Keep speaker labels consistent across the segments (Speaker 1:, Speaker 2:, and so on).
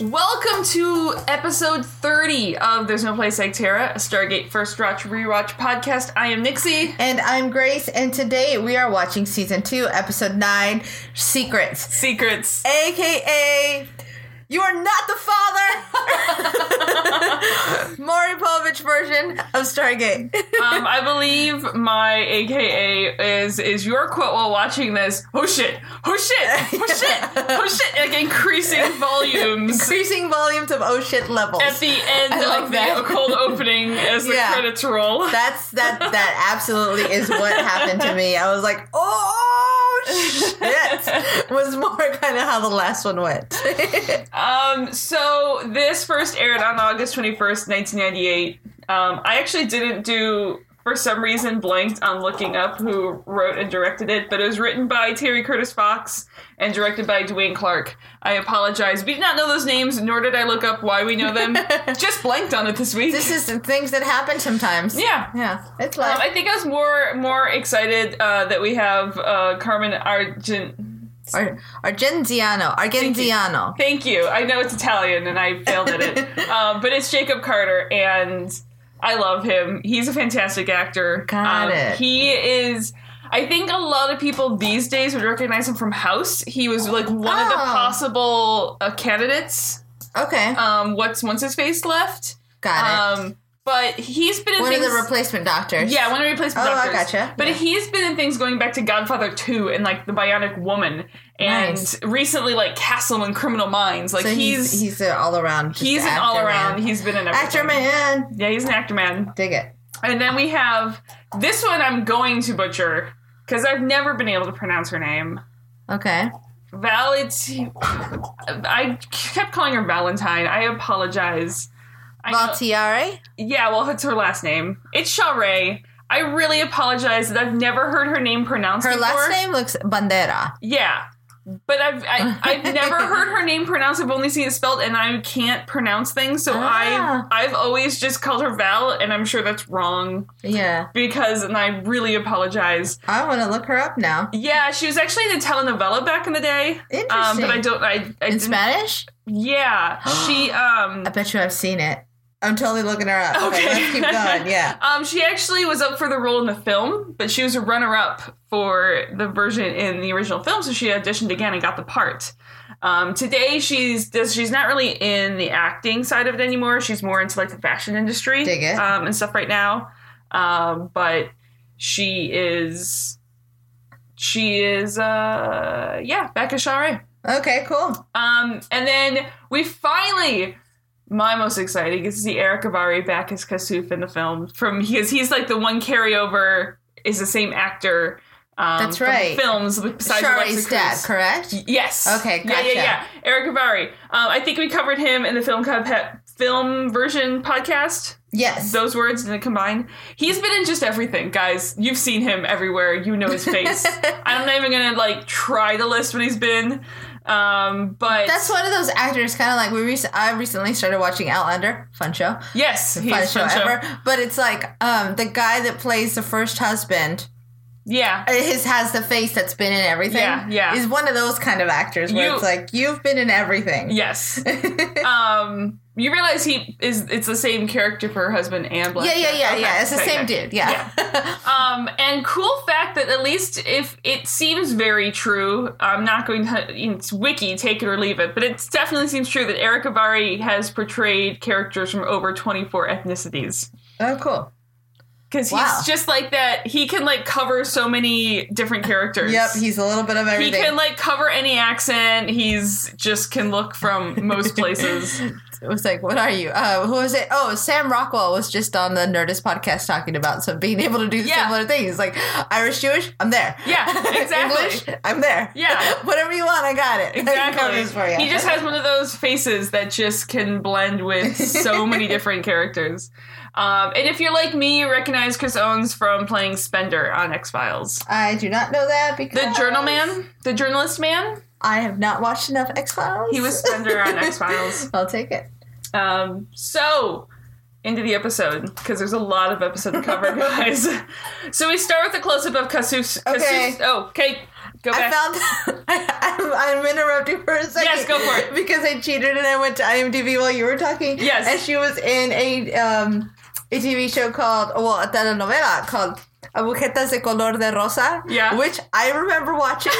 Speaker 1: Welcome to episode 30 of There's No Place Like Terra, a Stargate First Watch Rewatch podcast. I am Nixie.
Speaker 2: And I'm Grace, and today we are watching season two, episode nine, Secrets,
Speaker 1: Secrets.
Speaker 2: aka You Are Not the Father! Maury Povich version of Stargate.
Speaker 1: Um, I believe my AKA is is your quote while watching this. Oh shit! Oh shit! Oh shit! Oh shit! Like increasing volumes
Speaker 2: Increasing volumes of oh shit levels.
Speaker 1: at the end
Speaker 2: I like
Speaker 1: of
Speaker 2: that.
Speaker 1: the cold opening as the
Speaker 2: Yeah.
Speaker 1: credits roll.
Speaker 2: That's that that absolutely is what happened to me. I was like, oh shit was more kind of how the last one went.
Speaker 1: Um, so this first aired on August 21st, 1998. Um, I actually didn't do, for some reason, blanked on looking up who wrote and directed it, but it was written by Terry Curtis Fox and directed by Dwayne Clark. I apologize. We did not know those names, nor did I look up why we know them. Just blanked on it this week.
Speaker 2: this is the things that happen sometimes.
Speaker 1: yeah.
Speaker 2: Yeah. It's
Speaker 1: Um,
Speaker 2: life.
Speaker 1: I think I was more more excited uh, that we have uh, Carmen Argent.
Speaker 2: Ar- Argenziano. Argenziano.
Speaker 1: Thank you. I know it's Italian and I failed at it. um, but it's Jacob Carter and I love him. He's a fantastic actor.
Speaker 2: Got
Speaker 1: Um,
Speaker 2: it.
Speaker 1: He is. I think a lot of people these days would recognize him from House. He was like one of the
Speaker 2: Oh.
Speaker 1: possible uh, candidates.
Speaker 2: Okay.
Speaker 1: Um, what's once his face left.
Speaker 2: Got it.
Speaker 1: Um, but he's been in
Speaker 2: One of
Speaker 1: things.
Speaker 2: the replacement doctors.
Speaker 1: yeah, one of the replacement
Speaker 2: Oh, I
Speaker 1: doctors.
Speaker 2: gotcha.
Speaker 1: But
Speaker 2: Yeah.
Speaker 1: he's been in things going back to Godfather 2 and like The Bionic Woman and
Speaker 2: Nice.
Speaker 1: recently like Castle and Criminal Minds. Like
Speaker 2: So he's he's, an all around. just
Speaker 1: He's an
Speaker 2: actor
Speaker 1: all around.
Speaker 2: man.
Speaker 1: He's been an
Speaker 2: actor man.
Speaker 1: Yeah, he's an actor man.
Speaker 2: Dig it.
Speaker 1: And then we have this one. I'm going to butcher because I've never been able to pronounce her name.
Speaker 2: Okay.
Speaker 1: Valentine. I kept calling her Valentine. I apologize. I know-
Speaker 2: Valtiare.
Speaker 1: yeah, well, it's her last name. It's Charé. I really apologize that I've never heard her name pronounced.
Speaker 2: Her
Speaker 1: before.
Speaker 2: last name looks Bandera.
Speaker 1: Yeah. But I've I, I've never heard her name pronounced. I've only seen it spelled, and I can't pronounce things, so
Speaker 2: Ah.
Speaker 1: I I've always just called her Val, and I'm sure that's wrong
Speaker 2: Yeah.
Speaker 1: because, and I really apologize.
Speaker 2: I want to look her up now.
Speaker 1: Yeah, she was actually in a telenovela back in the day. Um,
Speaker 2: Interesting.
Speaker 1: but I don't. I, I
Speaker 2: In
Speaker 1: didn't-
Speaker 2: Spanish?
Speaker 1: Yeah, she um
Speaker 2: I bet you I've seen it. I'm totally looking her up.
Speaker 1: Okay.
Speaker 2: Okay. Let's keep going. Yeah.
Speaker 1: um she actually was up for the role in the film, but she was a runner up for the version in the original film, so she auditioned again and got the part. Um, today she's does- she's not really in the acting side of it anymore. She's more into like the fashion industry
Speaker 2: Dig it.
Speaker 1: Um, and stuff right now. Um, but she is she is uh yeah back at Shire.
Speaker 2: Okay. Cool.
Speaker 1: Um, and then we finally, my most exciting is to see Eric Avari back as Kasuf in the film. From his, he's like the one carryover is the same actor. Um,
Speaker 2: That's
Speaker 1: from
Speaker 2: right.
Speaker 1: Films besides
Speaker 2: Shari's
Speaker 1: Alexa
Speaker 2: dad,
Speaker 1: Cruz.
Speaker 2: correct?
Speaker 1: Yes.
Speaker 2: Okay,
Speaker 1: Yeah,
Speaker 2: gotcha.
Speaker 1: yeah, yeah. Eric Avari. Um, I think we covered him in the film Club Pet- film version podcast.
Speaker 2: Yes.
Speaker 1: Those words didn't combine. He's been in just everything, guys. You've seen him everywhere. You know his face. I'm not even gonna like try to list what he's been. Um, but
Speaker 2: That's one of those actors, kind of like we. Rec- I recently started watching Outlander, fun show,
Speaker 1: Yes, he's
Speaker 2: fun
Speaker 1: fun
Speaker 2: show ever. But it's like um, the guy that plays the first husband.
Speaker 1: Yeah.
Speaker 2: uh, His has the face that's been in everything.
Speaker 1: Yeah, yeah.
Speaker 2: Is one of those kind of actors where
Speaker 1: You-
Speaker 2: it's like you've been in everything.
Speaker 1: Yes. um, you realize he is. It's the same character for her husband and Black.
Speaker 2: yeah, yeah,
Speaker 1: Jack.
Speaker 2: yeah,
Speaker 1: Okay,
Speaker 2: yeah. It's the
Speaker 1: okay,
Speaker 2: same
Speaker 1: okay.
Speaker 2: dude. Yeah.
Speaker 1: Um, and cool fact that at least if it seems very true, I'm not going to. It's wiki, take it or leave it, but it definitely seems true that Eric Avari has portrayed characters from over 24 ethnicities.
Speaker 2: oh, cool.
Speaker 1: Because he's
Speaker 2: Wow.
Speaker 1: just like that. He can like cover so many different characters.
Speaker 2: Yep, he's a little bit of
Speaker 1: he
Speaker 2: everything.
Speaker 1: can like cover any accent. He's just can look from most places.
Speaker 2: was like, "What are you? Uh, who was it? Oh, Sam Rockwell was just on the Nerdist podcast talking about some being able to do
Speaker 1: Yeah.
Speaker 2: similar things, like Irish Jewish. I'm there.
Speaker 1: Yeah, exactly.
Speaker 2: English. I'm there.
Speaker 1: Yeah.
Speaker 2: whatever you want, I got it. I can cover this for you.
Speaker 1: Exactly. He just has one of those faces that just can blend with so many different characters. Um, and if you're like me, you recognize Chris Owens from playing Spender on X Files.
Speaker 2: I do not know that
Speaker 1: The
Speaker 2: because
Speaker 1: journalman, the journalist man,
Speaker 2: I have not watched enough X Files.
Speaker 1: he was Spender on X Files.
Speaker 2: I'll take it.
Speaker 1: Um, so, into the episode because there's a lot of episode to cover, guys. so we start with a close up of Kasus. Kasus-
Speaker 2: Okay.
Speaker 1: Oh, Kate, go
Speaker 2: I
Speaker 1: back.
Speaker 2: found I, I'm, I'm interrupting for a second.
Speaker 1: Yes, go for it.
Speaker 2: Because I cheated and I went to IMDb while you were talking.
Speaker 1: Yes.
Speaker 2: and she was in a um a TV show called well a telenovela called Agujetas de Color de Rosa.
Speaker 1: Yeah.
Speaker 2: which I remember watching.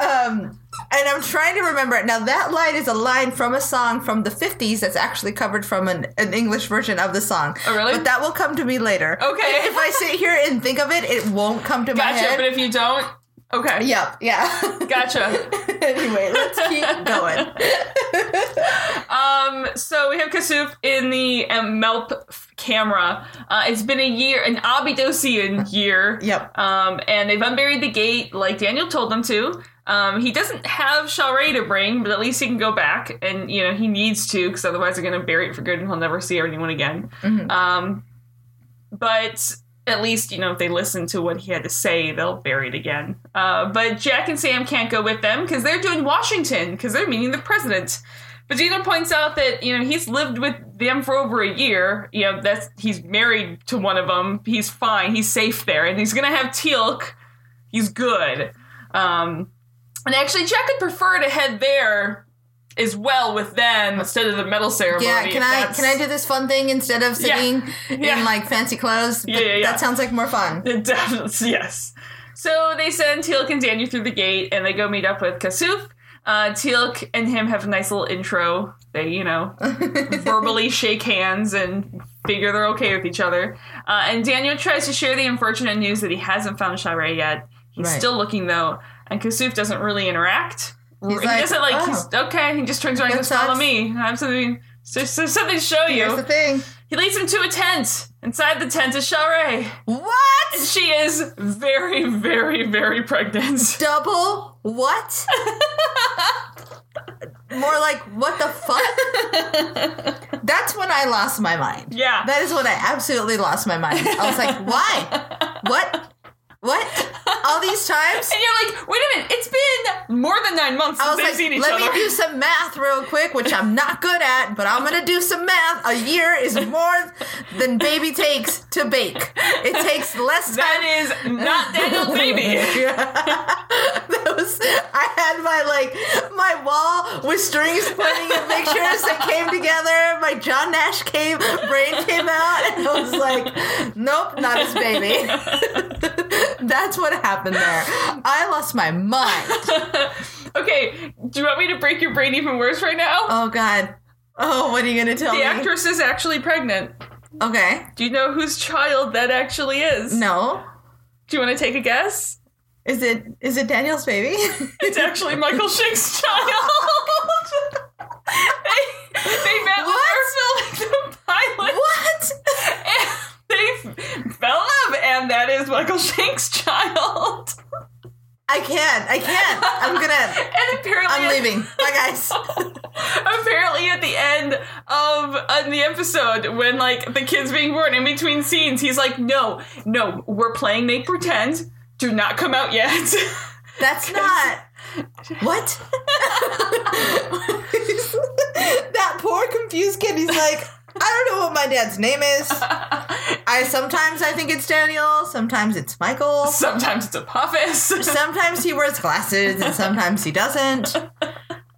Speaker 2: um. And I'm trying to remember it. Now, that line is a line from a song from the 50s that's actually covered from an, an English version of the song.
Speaker 1: Oh, really?
Speaker 2: But that will come to me later.
Speaker 1: Okay.
Speaker 2: If I sit here and think of it, it won't come to my
Speaker 1: gotcha.
Speaker 2: head.
Speaker 1: But if you don't, okay.
Speaker 2: Yep. Yeah.
Speaker 1: Gotcha.
Speaker 2: anyway, let's keep going.
Speaker 1: Um, so we have Kasuf in the um, Melp f- camera. Uh, it's been a year, an Abidosian year.
Speaker 2: Yep.
Speaker 1: Um, and they've unburied the gate like Daniel told them to. Um, he doesn't have Shalray to bring, but at least he can go back, and you know he needs to, because otherwise they're going to bury it for good, and he'll never see anyone again.
Speaker 2: Mm-hmm.
Speaker 1: Um, but at least you know if they listen to what he had to say, they'll bury it again. Uh, but Jack and Sam can't go with them because they're doing Washington because they're meeting the president. But Gina points out that you know he's lived with them for over a year. You know that's he's married to one of them. He's fine. He's safe there, and he's gonna have Teal'c. He's good. Um, and actually, Jack would prefer to head there as well with them instead of the medal ceremony.
Speaker 2: Yeah,
Speaker 1: if
Speaker 2: can I
Speaker 1: that's-
Speaker 2: can I do this fun thing instead of
Speaker 1: Yeah.
Speaker 2: sitting
Speaker 1: Yeah.
Speaker 2: in like fancy clothes?
Speaker 1: Yeah, yeah, yeah.
Speaker 2: That sounds like more fun.
Speaker 1: It definitely, yes. So they send Teal'c and Daniel through the gate, and they go meet up with Kasuf. Uh, Teal'c and him have a nice little intro. They, you know, verbally shake hands and figure they're okay with each other. Uh, and Daniel tries to share the unfortunate news that he hasn't found Shirei yet. He's
Speaker 2: Right.
Speaker 1: still looking though, and Kasuf doesn't really interact.
Speaker 2: He's
Speaker 1: he
Speaker 2: like,
Speaker 1: doesn't like.
Speaker 2: "Oh."
Speaker 1: He's okay. He just turns around and goes,
Speaker 2: That
Speaker 1: "Follow
Speaker 2: sucks."
Speaker 1: me. I have something. There's, there's something to show
Speaker 2: Here's the
Speaker 1: you."
Speaker 2: thing.
Speaker 1: He leads him to a tent. Inside the tent is Shirei.
Speaker 2: What?
Speaker 1: She is very, very, very pregnant.
Speaker 2: Double what? more like what the fuck? That's when I lost my mind.
Speaker 1: Yeah.
Speaker 2: That is when I absolutely lost my mind. I was like, why? What? What? All these times?
Speaker 1: And you're like, wait a minute, it's been more than nine months
Speaker 2: I
Speaker 1: since
Speaker 2: was
Speaker 1: they've
Speaker 2: like,
Speaker 1: seen each
Speaker 2: let
Speaker 1: other.
Speaker 2: me do some math real quick, which I'm not good at, but I'm gonna do some math. A year is more than baby takes to bake. It takes less time.
Speaker 1: that is not Daniel's baby.
Speaker 2: that was, I had my like my wall with strings pointing at pictures that came together. My John Nash came brain came out, and I was like, nope, not his baby. That's what happened there. I lost my mind.
Speaker 1: Okay, do you want me to break your brain even worse right now?
Speaker 2: Oh God. Oh, what are you gonna tell
Speaker 1: the
Speaker 2: me?
Speaker 1: actress is actually pregnant.
Speaker 2: Okay.
Speaker 1: Do you know whose child that actually is?
Speaker 2: No.
Speaker 1: Do you want to take a guess?
Speaker 2: Is it is it Daniel's baby?
Speaker 1: It's actually Michael Schick's child. they, they met
Speaker 2: What?
Speaker 1: when they were filming the pilot.
Speaker 2: what?
Speaker 1: and they fell in love, and that is Michael Shank's child.
Speaker 2: I can't. I can't. I'm gonna.
Speaker 1: And apparently,
Speaker 2: I'm leaving. Bye, guys.
Speaker 1: Apparently, at the end of on the episode, when like the kids being born in between scenes, he's like, "No, no, we're playing make pretend. Do not come out yet."
Speaker 2: That's not. What? that poor confused kid. He's like, I don't know what my dad's name is. I sometimes I think it's Daniel. Sometimes it's Michael.
Speaker 1: Sometimes it's Apophis.
Speaker 2: Sometimes he wears glasses and sometimes he doesn't.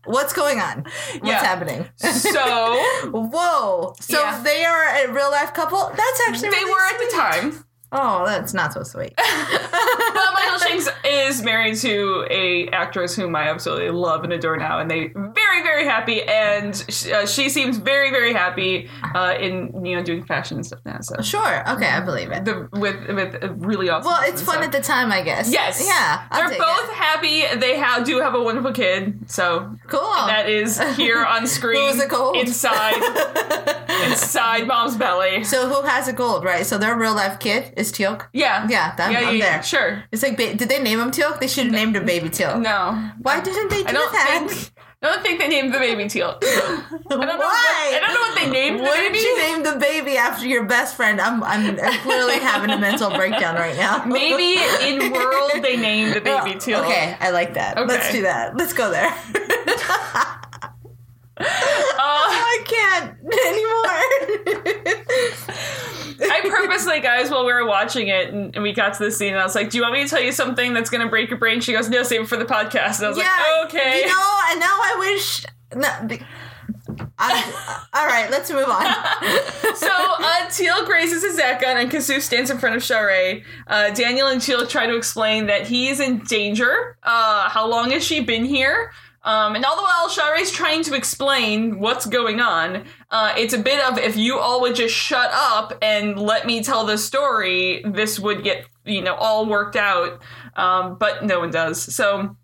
Speaker 2: What's going on? What's
Speaker 1: Yeah.
Speaker 2: happening?
Speaker 1: so
Speaker 2: Whoa! So
Speaker 1: Yeah.
Speaker 2: they are a real life couple. That's
Speaker 1: they
Speaker 2: actually really
Speaker 1: were at the time.
Speaker 2: Oh, that's not so sweet.
Speaker 1: But Michael Shanks is married to a actress whom I absolutely love and adore now, and they very very happy, and sh- uh, she seems very very happy uh, in you know doing fashion and stuff now. So
Speaker 2: sure. Okay, I believe it.
Speaker 1: the with with a really awesome.
Speaker 2: Well,
Speaker 1: husband,
Speaker 2: it's fun
Speaker 1: so.
Speaker 2: at the time, I guess.
Speaker 1: yes,
Speaker 2: Yeah. I'll
Speaker 1: they're
Speaker 2: take
Speaker 1: both
Speaker 2: it.
Speaker 1: happy. They have do have a wonderful kid. So
Speaker 2: cool.
Speaker 1: that is here on screen.
Speaker 2: Who's Oh. it called?
Speaker 1: Inside inside mom's belly.
Speaker 2: so who has a gold, right? So their real life kid is Teal'c.
Speaker 1: Yeah,
Speaker 2: Yeah, that-
Speaker 1: yeah,
Speaker 2: I'm
Speaker 1: yeah,
Speaker 2: there.
Speaker 1: Sure.
Speaker 2: It's like, ba- did they name him Teal'c? They should have named him Baby Teal'c.
Speaker 1: No,
Speaker 2: Why didn't they do
Speaker 1: I don't
Speaker 2: that?
Speaker 1: think. I don't think they named the baby Teal. I don't know
Speaker 2: Why?
Speaker 1: What, I don't know what they named the
Speaker 2: What
Speaker 1: baby.
Speaker 2: did you name the baby after your best friend? I'm I'm, I'm clearly having a mental breakdown right now.
Speaker 1: Maybe in world they named the baby Teal.
Speaker 2: Okay, I like that. Let's
Speaker 1: Okay.
Speaker 2: do that. Let's go there.
Speaker 1: Uh,
Speaker 2: I can't anymore.
Speaker 1: I purposely, guys, while we were watching it and, and we got to the scene, and I was like, "Do you want me to tell you something that's going to break your brain?" She goes, "No, save it for the podcast." And I was like, "Okay."
Speaker 2: You know, and now I wish. No, be- I, all right, let's move on.
Speaker 1: So uh, Teal grazes his shotgun, and Kasu stands in front of Sharae. Uh, Daniel and Teal try to explain that he is in danger. Uh, how long has she been here? Um, and all the while, Sharae's trying to explain what's going on. Uh, it's a bit of if you all would just shut up and let me tell the story, this would get you know all worked out. Um, but no one does. So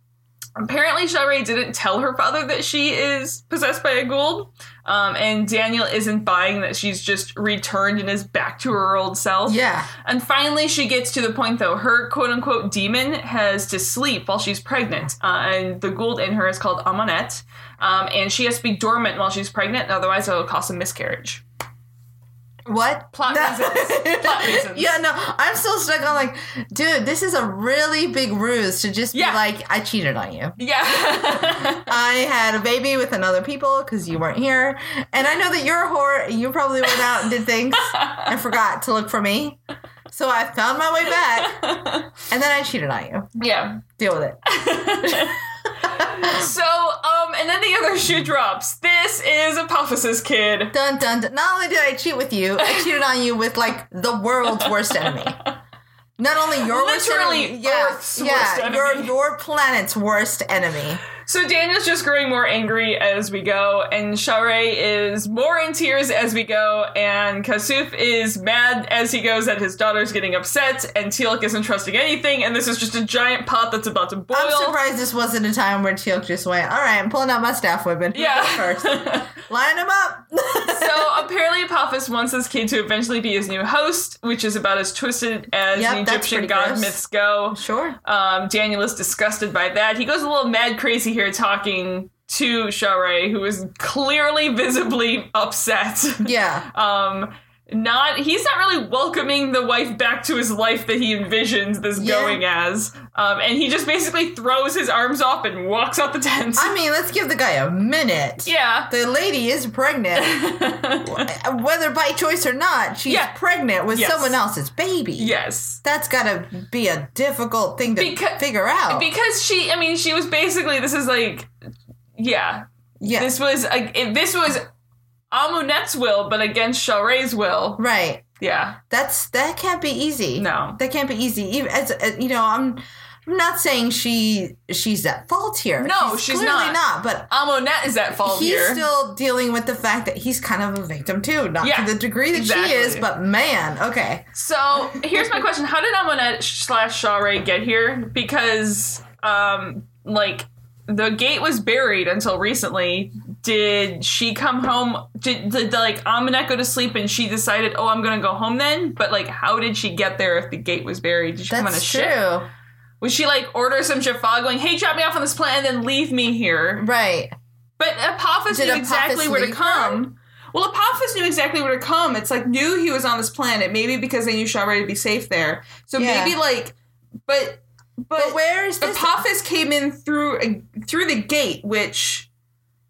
Speaker 1: apparently, Sharae didn't tell her father that she is possessed by a ghoul. Um, and Daniel isn't buying that she's just returned and is back to her old self.
Speaker 2: yeah.
Speaker 1: And finally, she gets to the point though. Her quote unquote demon has to sleep while she's pregnant. Uh, and the Gould in her is called Amonette. Um, and she has to be dormant while she's pregnant, otherwise, it'll cause a miscarriage.
Speaker 2: What?
Speaker 1: Plot reasons. Plot reasons.
Speaker 2: Yeah, no, I'm still stuck on like, dude, this is a really big ruse to just be
Speaker 1: Yeah.
Speaker 2: like, I cheated on you.
Speaker 1: Yeah.
Speaker 2: I had a baby with another people because you weren't here. And I know that you're a whore. and You probably went out and did things and forgot to look for me. So I found my way back and then I cheated on you.
Speaker 1: yeah.
Speaker 2: Deal with it.
Speaker 1: So, um, and then the other shoe drops. This is Apophysis Kid.
Speaker 2: Dun dun dun. Not only did I cheat with you, I cheated on you with like the world's worst enemy. Not only your
Speaker 1: Literally
Speaker 2: worst enemy, yeah,
Speaker 1: Earth's
Speaker 2: yeah,
Speaker 1: worst enemy.
Speaker 2: your your planet's worst enemy.
Speaker 1: So Daniel's just growing more angry as we go, and Sharae is more in tears as we go, and Kasuf is mad as he goes that his daughter's getting upset, and Teal'c isn't trusting anything, and this is just a giant pot that's about to boil.
Speaker 2: I'm surprised this wasn't a time where Teal'c just went, "All right, I'm pulling out my staff weapon. Who
Speaker 1: Yeah.
Speaker 2: goes first, line them up."
Speaker 1: so apparently Apophis wants his kid to eventually be his new host, which is about as twisted as
Speaker 2: Yep,
Speaker 1: the
Speaker 2: that's
Speaker 1: Egyptian
Speaker 2: pretty
Speaker 1: god
Speaker 2: gross.
Speaker 1: myths go.
Speaker 2: sure.
Speaker 1: Um, Daniel is disgusted by that. He goes a little mad crazy here talking to Sharae, who is clearly visibly upset.
Speaker 2: Yeah.
Speaker 1: um not he's not really welcoming the wife back to his life that he envisions this
Speaker 2: Yeah.
Speaker 1: going as um and he just basically throws his arms up and walks out the tent
Speaker 2: I mean, let's give the guy a minute.
Speaker 1: yeah
Speaker 2: The lady is pregnant, whether by choice or not. She's
Speaker 1: Yeah.
Speaker 2: pregnant with
Speaker 1: Yes.
Speaker 2: someone else's baby.
Speaker 1: yes
Speaker 2: That's gotta be a difficult thing to
Speaker 1: Becau-
Speaker 2: figure out.
Speaker 1: because she i mean she was basically this is like yeah
Speaker 2: yeah.
Speaker 1: this was like it- this was Amunet's will, but against Sharae's will.
Speaker 2: right.
Speaker 1: Yeah.
Speaker 2: That's that can't be easy.
Speaker 1: No.
Speaker 2: that can't be easy. Even as as- you know, I'm I'm not saying she she's at fault here.
Speaker 1: No, she's
Speaker 2: clearly
Speaker 1: not. Oh,
Speaker 2: not. But
Speaker 1: Amunet is at fault
Speaker 2: he's
Speaker 1: here.
Speaker 2: still dealing with the fact that he's kind of a victim too, not
Speaker 1: Yeah,
Speaker 2: to the degree that
Speaker 1: exactly.
Speaker 2: she is. But man, okay,
Speaker 1: So here's my question: How did Amonette slash Share get here? Because um, like the gate was buried until recently. Did she come home? Did, did like Amonette go to sleep and she decided, oh, I'm gonna go home then? But like, how did she get there if the gate was buried? Did she come on a
Speaker 2: that's true.
Speaker 1: ship? Was she like order some Jaffa going, hey, drop me off on this planet and then leave me here?
Speaker 2: Right?
Speaker 1: But Apophis
Speaker 2: Did
Speaker 1: knew
Speaker 2: Apophis
Speaker 1: exactly where to
Speaker 2: leave
Speaker 1: come. Well, Apophis knew exactly where to come. It's like knew he was on this planet, maybe because they knew Shara to be safe there. So
Speaker 2: Yeah.
Speaker 1: maybe like, but but,
Speaker 2: But where is this?
Speaker 1: Apophis came in through a, through the gate, which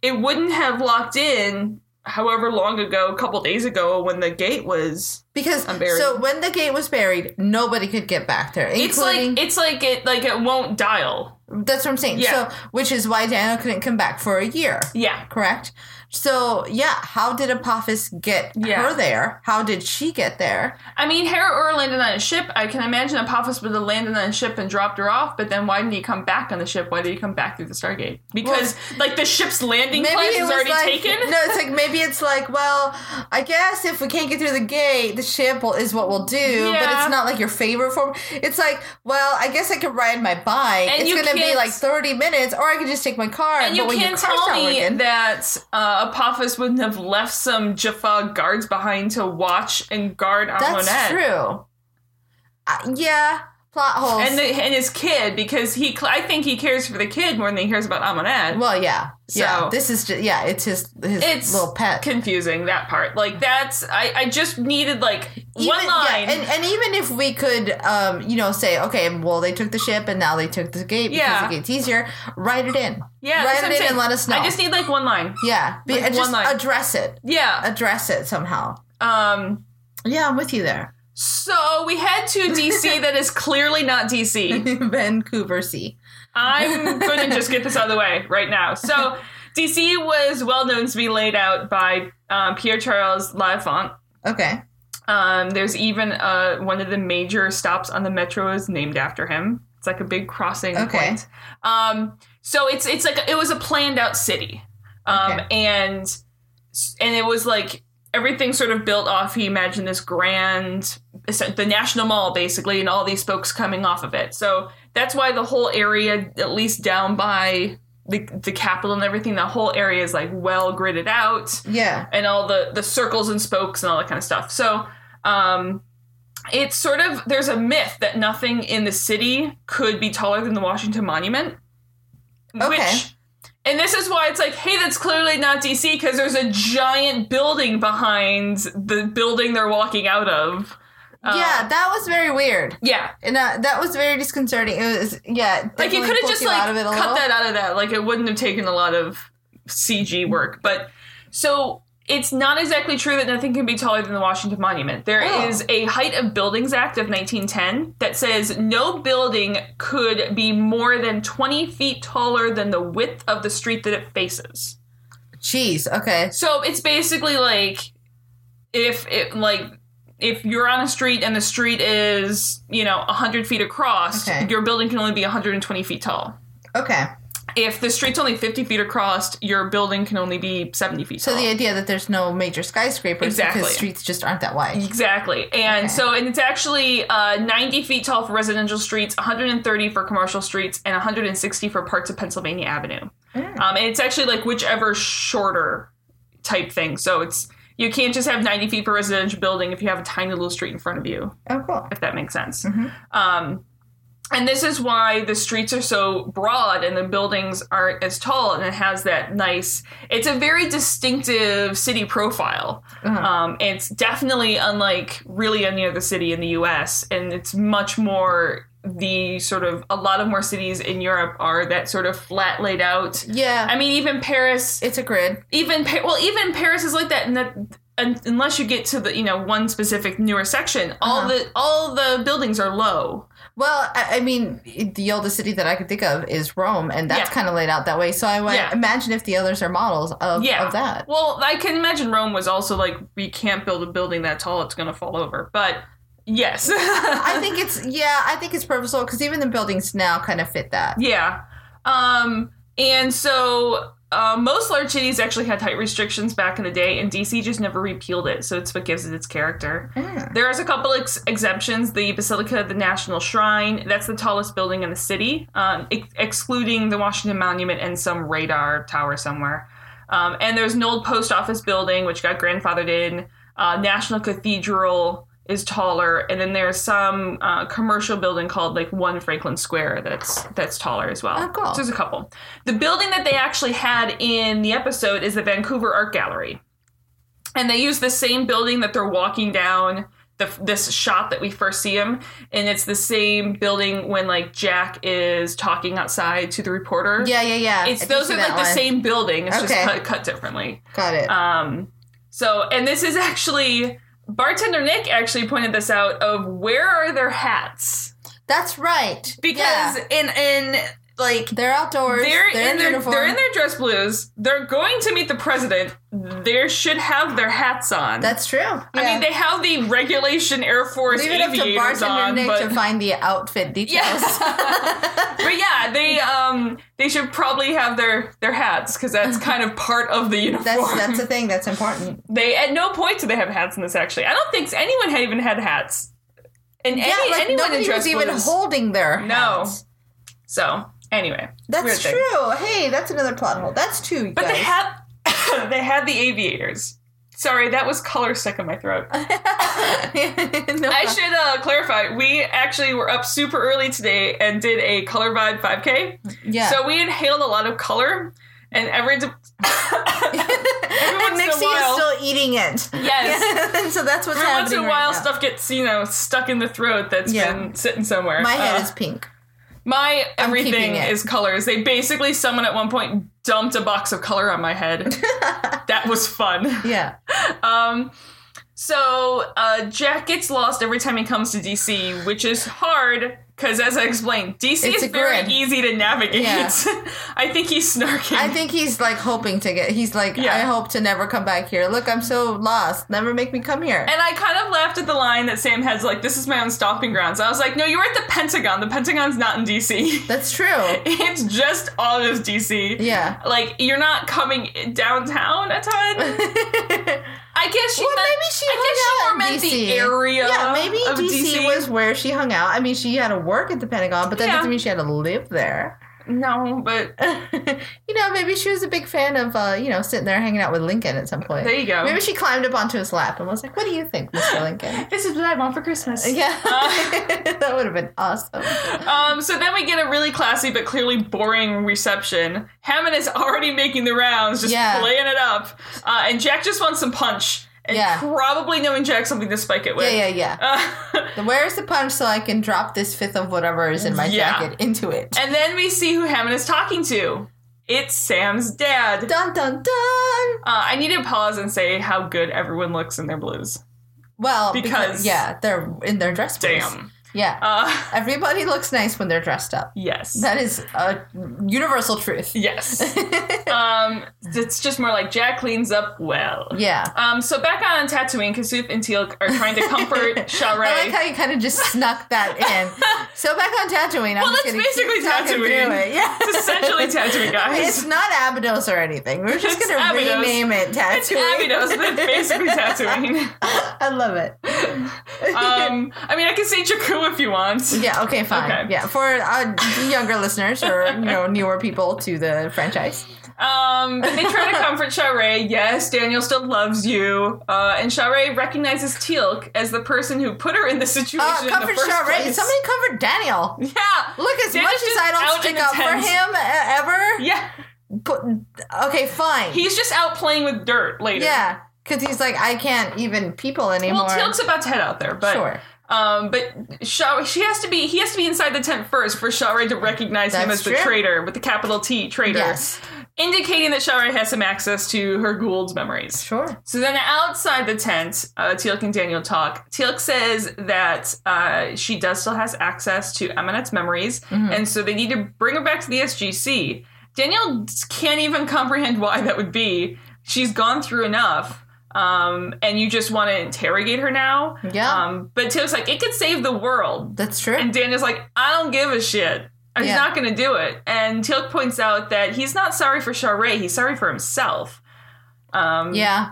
Speaker 1: it wouldn't have locked in. However long ago, a couple days ago, when the gate was,
Speaker 2: because
Speaker 1: buried.
Speaker 2: so when the gate was buried, nobody could get back there.
Speaker 1: it's
Speaker 2: Including,
Speaker 1: like it's like it like it won't dial.
Speaker 2: that's what I'm saying.
Speaker 1: Yeah.
Speaker 2: So which is why Daniel couldn't come back for a year.
Speaker 1: Yeah,
Speaker 2: correct? So yeah, how did Apophis get
Speaker 1: Yeah.
Speaker 2: her there? How did she get there?
Speaker 1: I mean, Hera or landed on a ship. I can imagine Apophis would have landed on a ship and dropped her off, but then why didn't he come back on the ship? Why did he come back through the Stargate? Because, like, the ship's landing place is
Speaker 2: it was
Speaker 1: already
Speaker 2: like,
Speaker 1: taken?
Speaker 2: No, it's like maybe it's like, well, I guess if we can't get through the gate, the ship will, is what we'll do. But
Speaker 1: Yeah.
Speaker 2: it's not like your favorite form. It's like, well, I guess I could ride my bike.
Speaker 1: And you
Speaker 2: it's gonna be
Speaker 1: can't-
Speaker 2: like thirty minutes, or I could just take my car.
Speaker 1: And you
Speaker 2: but when
Speaker 1: can't
Speaker 2: your car's
Speaker 1: tell
Speaker 2: not
Speaker 1: me
Speaker 2: working-
Speaker 1: that uh, Apophis wouldn't have left some Jaffa guards behind to watch and guard Amunet.
Speaker 2: that's true. Uh, yeah, plot holes.
Speaker 1: And, the, and his kid, because he, cl- I think he cares for the kid more than he cares about Amunet.
Speaker 2: well, yeah, yeah.
Speaker 1: So-
Speaker 2: This is just yeah. It's his his
Speaker 1: it's
Speaker 2: little pet.
Speaker 1: confusing that part. Like that's I, I just needed like one
Speaker 2: Even-
Speaker 1: line.
Speaker 2: Yeah, and, and even if we could, um, you know, say, okay, well, they took the ship and now they took the gate because
Speaker 1: Yeah.
Speaker 2: the gate's easier, write it in.
Speaker 1: Yeah,
Speaker 2: Write
Speaker 1: that's what
Speaker 2: it
Speaker 1: I'm
Speaker 2: in and
Speaker 1: saying.
Speaker 2: let us know.
Speaker 1: I just need like one line.
Speaker 2: yeah. Be,
Speaker 1: like,
Speaker 2: and just
Speaker 1: one line.
Speaker 2: address it.
Speaker 1: Yeah.
Speaker 2: Address it somehow.
Speaker 1: Um.
Speaker 2: Yeah, I'm with you there.
Speaker 1: So we head to DC that is clearly not DC.
Speaker 2: Vancouver Sea.
Speaker 1: I'm going to just get this out of the way right now. So DC was well known to be laid out by um, Pierre Charles Lafont.
Speaker 2: Okay.
Speaker 1: Um, there's even uh, one of the major stops on the metro is named after him. It's like a big crossing
Speaker 2: Okay.
Speaker 1: point. Um, so it's it's like it was a planned out city, um,
Speaker 2: Okay.
Speaker 1: and and it was like everything sort of built off. He imagined this grand, the National Mall basically, and all these folks coming off of it. So that's why the whole area, at least down by the the capital and everything, the whole area is like well gridded out
Speaker 2: Yeah.
Speaker 1: and all the the circles and spokes and all that kind of stuff. So um it's sort of there's a myth that nothing in the city could be taller than the Washington Monument.
Speaker 2: Okay.
Speaker 1: Which and this is why it's like, hey, that's clearly not DC because there's a giant building behind the building they're walking out of. Uh,
Speaker 2: yeah, that was very weird.
Speaker 1: Yeah.
Speaker 2: And uh, that was very disconcerting. It was, yeah.
Speaker 1: Like you
Speaker 2: definitely
Speaker 1: could have
Speaker 2: pulled
Speaker 1: just
Speaker 2: you
Speaker 1: like
Speaker 2: out of it a
Speaker 1: cut
Speaker 2: little.
Speaker 1: that out of that. Like it wouldn't have taken a lot of CG work. But so it's not exactly true that nothing can be taller than the Washington Monument. There
Speaker 2: Oh.
Speaker 1: is a Height of Buildings Act of 1910 that says no building could be more than 20 feet taller than the width of the street that it faces.
Speaker 2: Jeez. Okay.
Speaker 1: So it's basically like if it like if you're on a street and the street is you know 100 feet across,
Speaker 2: Okay.
Speaker 1: your building can only be 120 feet tall
Speaker 2: Okay.
Speaker 1: if the street's only 50 feet across, your building can only be 70 feet
Speaker 2: So
Speaker 1: tall.
Speaker 2: the idea that there's no major skyscrapers
Speaker 1: Oh. Exactly.
Speaker 2: because streets just aren't that wide.
Speaker 1: exactly. And
Speaker 2: Okay.
Speaker 1: so, and it's actually uh, 90 feet tall for residential streets, 130 for commercial streets, and 160 for parts of Pennsylvania Avenue.
Speaker 2: Mm.
Speaker 1: Um, and it's actually like whichever shorter type thing. So it's, you can't just have 90 feet for residential building if you have a tiny little street in front of you.
Speaker 2: Oh, cool.
Speaker 1: if that makes sense.
Speaker 2: Mhm.
Speaker 1: Um, and this is why the streets are so broad and the buildings aren't as tall, and it has that nice. It's a very distinctive city profile.
Speaker 2: Uh-huh.
Speaker 1: Um, it's definitely unlike really any other city in the U.S., and it's much more the sort of a lot of more cities in Europe are that sort of flat laid out.
Speaker 2: Yeah.
Speaker 1: I mean, even Paris,
Speaker 2: It's a grid.
Speaker 1: even pa- well, even Paris is like that. And that un- unless you get to the you know one specific newer section, all
Speaker 2: Uh-huh.
Speaker 1: the all the buildings are low.
Speaker 2: Well, I, I mean, the oldest city that I could think of is Rome, and that's
Speaker 1: Yeah.
Speaker 2: kind of laid out that way. So I went,
Speaker 1: Yeah.
Speaker 2: imagine if the others are models of,
Speaker 1: Yeah.
Speaker 2: of that.
Speaker 1: Well, I can imagine Rome was also like we can't build a building that tall; it's going to fall over. But yes,
Speaker 2: I think it's yeah, I think it's purposeful because even the buildings now kind of fit that.
Speaker 1: yeah. Um, and so uh, most large cities actually had height restrictions back in the day, and DC just never repealed it, so it's what gives it its character.
Speaker 2: Mm.
Speaker 1: There is a couple ex- exemptions. The Basilica of the National Shrine, that's the tallest building in the city, um, ex- excluding the Washington Monument and some radar tower somewhere. Um, and there's an old post office building, which got grandfathered in. Uh, National Cathedral is taller. And then there's some uh, commercial building called like One Franklin Square that's that's taller as well.
Speaker 2: Oh, cool.
Speaker 1: So there's a couple. The building that they actually had in the episode is the Vancouver Art Gallery. And they use the same building that they're walking down the, this shot that we first see him, and it's the same building when like Jack is talking outside to the reporter.
Speaker 2: Yeah, yeah, yeah. I
Speaker 1: it's
Speaker 2: did
Speaker 1: those
Speaker 2: see
Speaker 1: are
Speaker 2: that
Speaker 1: like the
Speaker 2: one.
Speaker 1: same building. It's
Speaker 2: Okay.
Speaker 1: just cut, cut differently.
Speaker 2: Got it.
Speaker 1: Um, so and this is actually bartender Nick actually pointed this out of where are their hats
Speaker 2: that's right.
Speaker 1: because
Speaker 2: Yeah.
Speaker 1: in in
Speaker 3: like
Speaker 2: They're outdoors.
Speaker 1: They're, in, their
Speaker 2: uniform.
Speaker 1: they're in their dress blues. They're going to meet the president. They should have their hats on.
Speaker 3: that's true.
Speaker 1: I
Speaker 2: yeah.
Speaker 1: mean, they have the regulation Air Force
Speaker 2: Leave it up to
Speaker 1: aviators
Speaker 2: bartender
Speaker 1: on,
Speaker 2: Nick
Speaker 1: but
Speaker 2: to find the outfit details.
Speaker 1: but yeah, they um they should probably have their their hats because that's kind of part of the uniform.
Speaker 2: Uh-huh. That's that's a thing that's important.
Speaker 1: They at no point do they have hats in this. Actually, I don't think anyone had even had hats. And any,
Speaker 2: yeah, like
Speaker 1: anyone in
Speaker 2: nobody
Speaker 1: dress
Speaker 2: was even
Speaker 1: blues.
Speaker 2: holding their
Speaker 1: No.
Speaker 2: hats.
Speaker 1: So anyway, weird
Speaker 2: That's
Speaker 1: thing.
Speaker 2: true. Hey, that's another plot hole. That's two. you
Speaker 1: But
Speaker 2: guys.
Speaker 1: they had they had the aviators. Sorry, that was color stuck in my throat.
Speaker 2: no,
Speaker 1: I should uh, clarify. We actually were up super early today and did a color vibe 5K.
Speaker 2: yeah.
Speaker 1: So we inhaled a lot of color, and every d- every
Speaker 3: And
Speaker 1: once in a
Speaker 3: Nixie is
Speaker 1: while,
Speaker 3: still eating it.
Speaker 1: yes,
Speaker 3: so that's what's
Speaker 1: every once
Speaker 3: happening.
Speaker 1: in a while,
Speaker 3: right now.
Speaker 1: stuff gets you know stuck in the throat that's
Speaker 3: Yeah.
Speaker 1: been sitting somewhere.
Speaker 2: my head
Speaker 1: Uh,
Speaker 2: is pink.
Speaker 1: my
Speaker 2: I'm keeping
Speaker 1: everything
Speaker 2: it.
Speaker 1: is colors. They basically someone at one point dumped a box of color on my head. that was fun.
Speaker 2: Yeah.
Speaker 1: Um, so uh, Jack gets lost every time he comes to DC, which is hard because, as I explained, DC
Speaker 2: It's
Speaker 1: is
Speaker 2: a
Speaker 1: very
Speaker 2: grid.
Speaker 1: easy to navigate.
Speaker 2: Yeah.
Speaker 1: I think he's snarking.
Speaker 2: I think he's like hoping to get. He's like,
Speaker 1: Yeah.
Speaker 2: I hope to never come back here. Look, I'm so lost. Never make me come here.
Speaker 1: and I kind of laughed at the line that Sam has, like, "This is my own stomping grounds." I was like, "No, you're at the Pentagon. The Pentagon's not in DC.
Speaker 2: That's true.
Speaker 1: it's just all of DC."
Speaker 2: Yeah.
Speaker 1: Like you're not coming downtown a ton. I guess she
Speaker 2: Well,
Speaker 1: meant,
Speaker 2: maybe she
Speaker 1: I
Speaker 2: hung
Speaker 1: guess
Speaker 2: out
Speaker 1: she
Speaker 2: in
Speaker 1: more meant the
Speaker 2: DC.
Speaker 1: area.
Speaker 2: Yeah, maybe
Speaker 1: of
Speaker 2: DC, was where she hung out. I mean, she had to work at the Pentagon, but that
Speaker 1: Yeah.
Speaker 2: doesn't mean she had to live there.
Speaker 1: no, but
Speaker 2: you know, maybe she was a big fan of, uh, you know, sitting there hanging out with Lincoln at some point.
Speaker 1: There you go.
Speaker 2: Maybe she climbed up onto his lap and was like, "What do you think, Mr. Lincoln?"
Speaker 1: This is what I want for Christmas.
Speaker 2: yeah,
Speaker 1: Uh.
Speaker 2: that would have been awesome.
Speaker 1: Um, so then we get a really classy but clearly boring reception. Hammond is already making the rounds, just
Speaker 2: Yeah.
Speaker 1: playing it up. Uh, and Jack just wants some punch. And
Speaker 2: Yeah.
Speaker 1: probably knowing Jack something to spike it with.
Speaker 2: Yeah, yeah, yeah.
Speaker 1: Uh,
Speaker 2: Where's the punch so I can drop this fifth of whatever is in my
Speaker 1: Yeah.
Speaker 2: jacket into it?
Speaker 1: and then we see who Hammond is talking to. It's Sam's dad. Uh,
Speaker 2: Dun dun dun.
Speaker 1: I need to pause and say how good everyone looks in their blues.
Speaker 2: Well,
Speaker 1: Because-
Speaker 2: yeah, they're in their dress. blues.
Speaker 1: Damn.
Speaker 2: Yeah,
Speaker 1: Uh,
Speaker 2: everybody looks nice when they're dressed up.
Speaker 1: yes.
Speaker 2: That is a universal truth.
Speaker 1: yes. um, it's just more like Jack cleans up well.
Speaker 2: Yeah.
Speaker 1: Um, so back on Tatooine, Kasuf and Teal are trying to comfort Sharae.
Speaker 2: I like how you kind of just snuck that in. So back on Tatooine, I'm
Speaker 1: well,
Speaker 2: just
Speaker 1: that's
Speaker 2: gonna keep
Speaker 1: basically
Speaker 2: talking through
Speaker 1: Tatooine.
Speaker 2: it. Yeah,
Speaker 1: It's essentially Tatooine,
Speaker 2: It's
Speaker 1: guys.
Speaker 2: not Abydos or anything. We're just
Speaker 1: It's
Speaker 2: gonna
Speaker 1: Abydos.
Speaker 2: rename it Tatooine.
Speaker 1: It's Abydos, but it's basically Tatooine.
Speaker 2: I love it.
Speaker 1: Um, I mean, I can say Jakku if you want.
Speaker 2: Yeah. Okay. Fine.
Speaker 1: Okay.
Speaker 2: Yeah. For uh, younger listeners or you know newer people to the franchise.
Speaker 1: Um, but they try to comfort Sharae. Yes, Daniel still loves you. Uh, and Sharae recognizes Teal'c as the person who put her in this situation
Speaker 2: Uh,
Speaker 1: in
Speaker 2: comfort
Speaker 1: the first
Speaker 2: Shaw Ray.
Speaker 1: place.
Speaker 2: Somebody comfort Daniel.
Speaker 1: yeah.
Speaker 2: Look, as
Speaker 1: Daniel's
Speaker 2: much as
Speaker 1: just
Speaker 2: I
Speaker 1: out
Speaker 2: don't
Speaker 1: in
Speaker 2: stick
Speaker 1: the
Speaker 2: up for
Speaker 1: tents.
Speaker 2: him uh, ever,
Speaker 1: Yeah.
Speaker 2: but, okay, fine.
Speaker 1: He's just out playing with dirt later.
Speaker 2: yeah, because he's like, I can't even people anymore.
Speaker 1: Well, Teal'c's about to head out there, but
Speaker 2: sure,
Speaker 1: Um, but Shaw, she has to be. He has to be inside the tent first for Shawray to recognize him
Speaker 2: That's
Speaker 1: as the
Speaker 2: true.
Speaker 1: traitor with the capital T, traitor,
Speaker 2: Yes.
Speaker 1: indicating that Shawray has some access to her Gould's memories.
Speaker 2: sure.
Speaker 1: So then, outside the tent, uh, Teal'c and Daniel talk. Teal'c says that uh, she does still has access to Eminet's memories,
Speaker 2: Mm-hmm.
Speaker 1: and so they need to bring her back to the SGC. Daniel can't even comprehend why that would be. She's gone through enough, um, and you just want to interrogate her now.
Speaker 2: Yeah,
Speaker 1: Um, but Tim's like, it could save the world.
Speaker 2: that's true.
Speaker 1: And Daniel's like, I don't give a shit. He's
Speaker 2: Yeah.
Speaker 1: not going to do it. And Teal'c points out that he's not sorry for Sharay. He's sorry for himself. Um,
Speaker 2: yeah,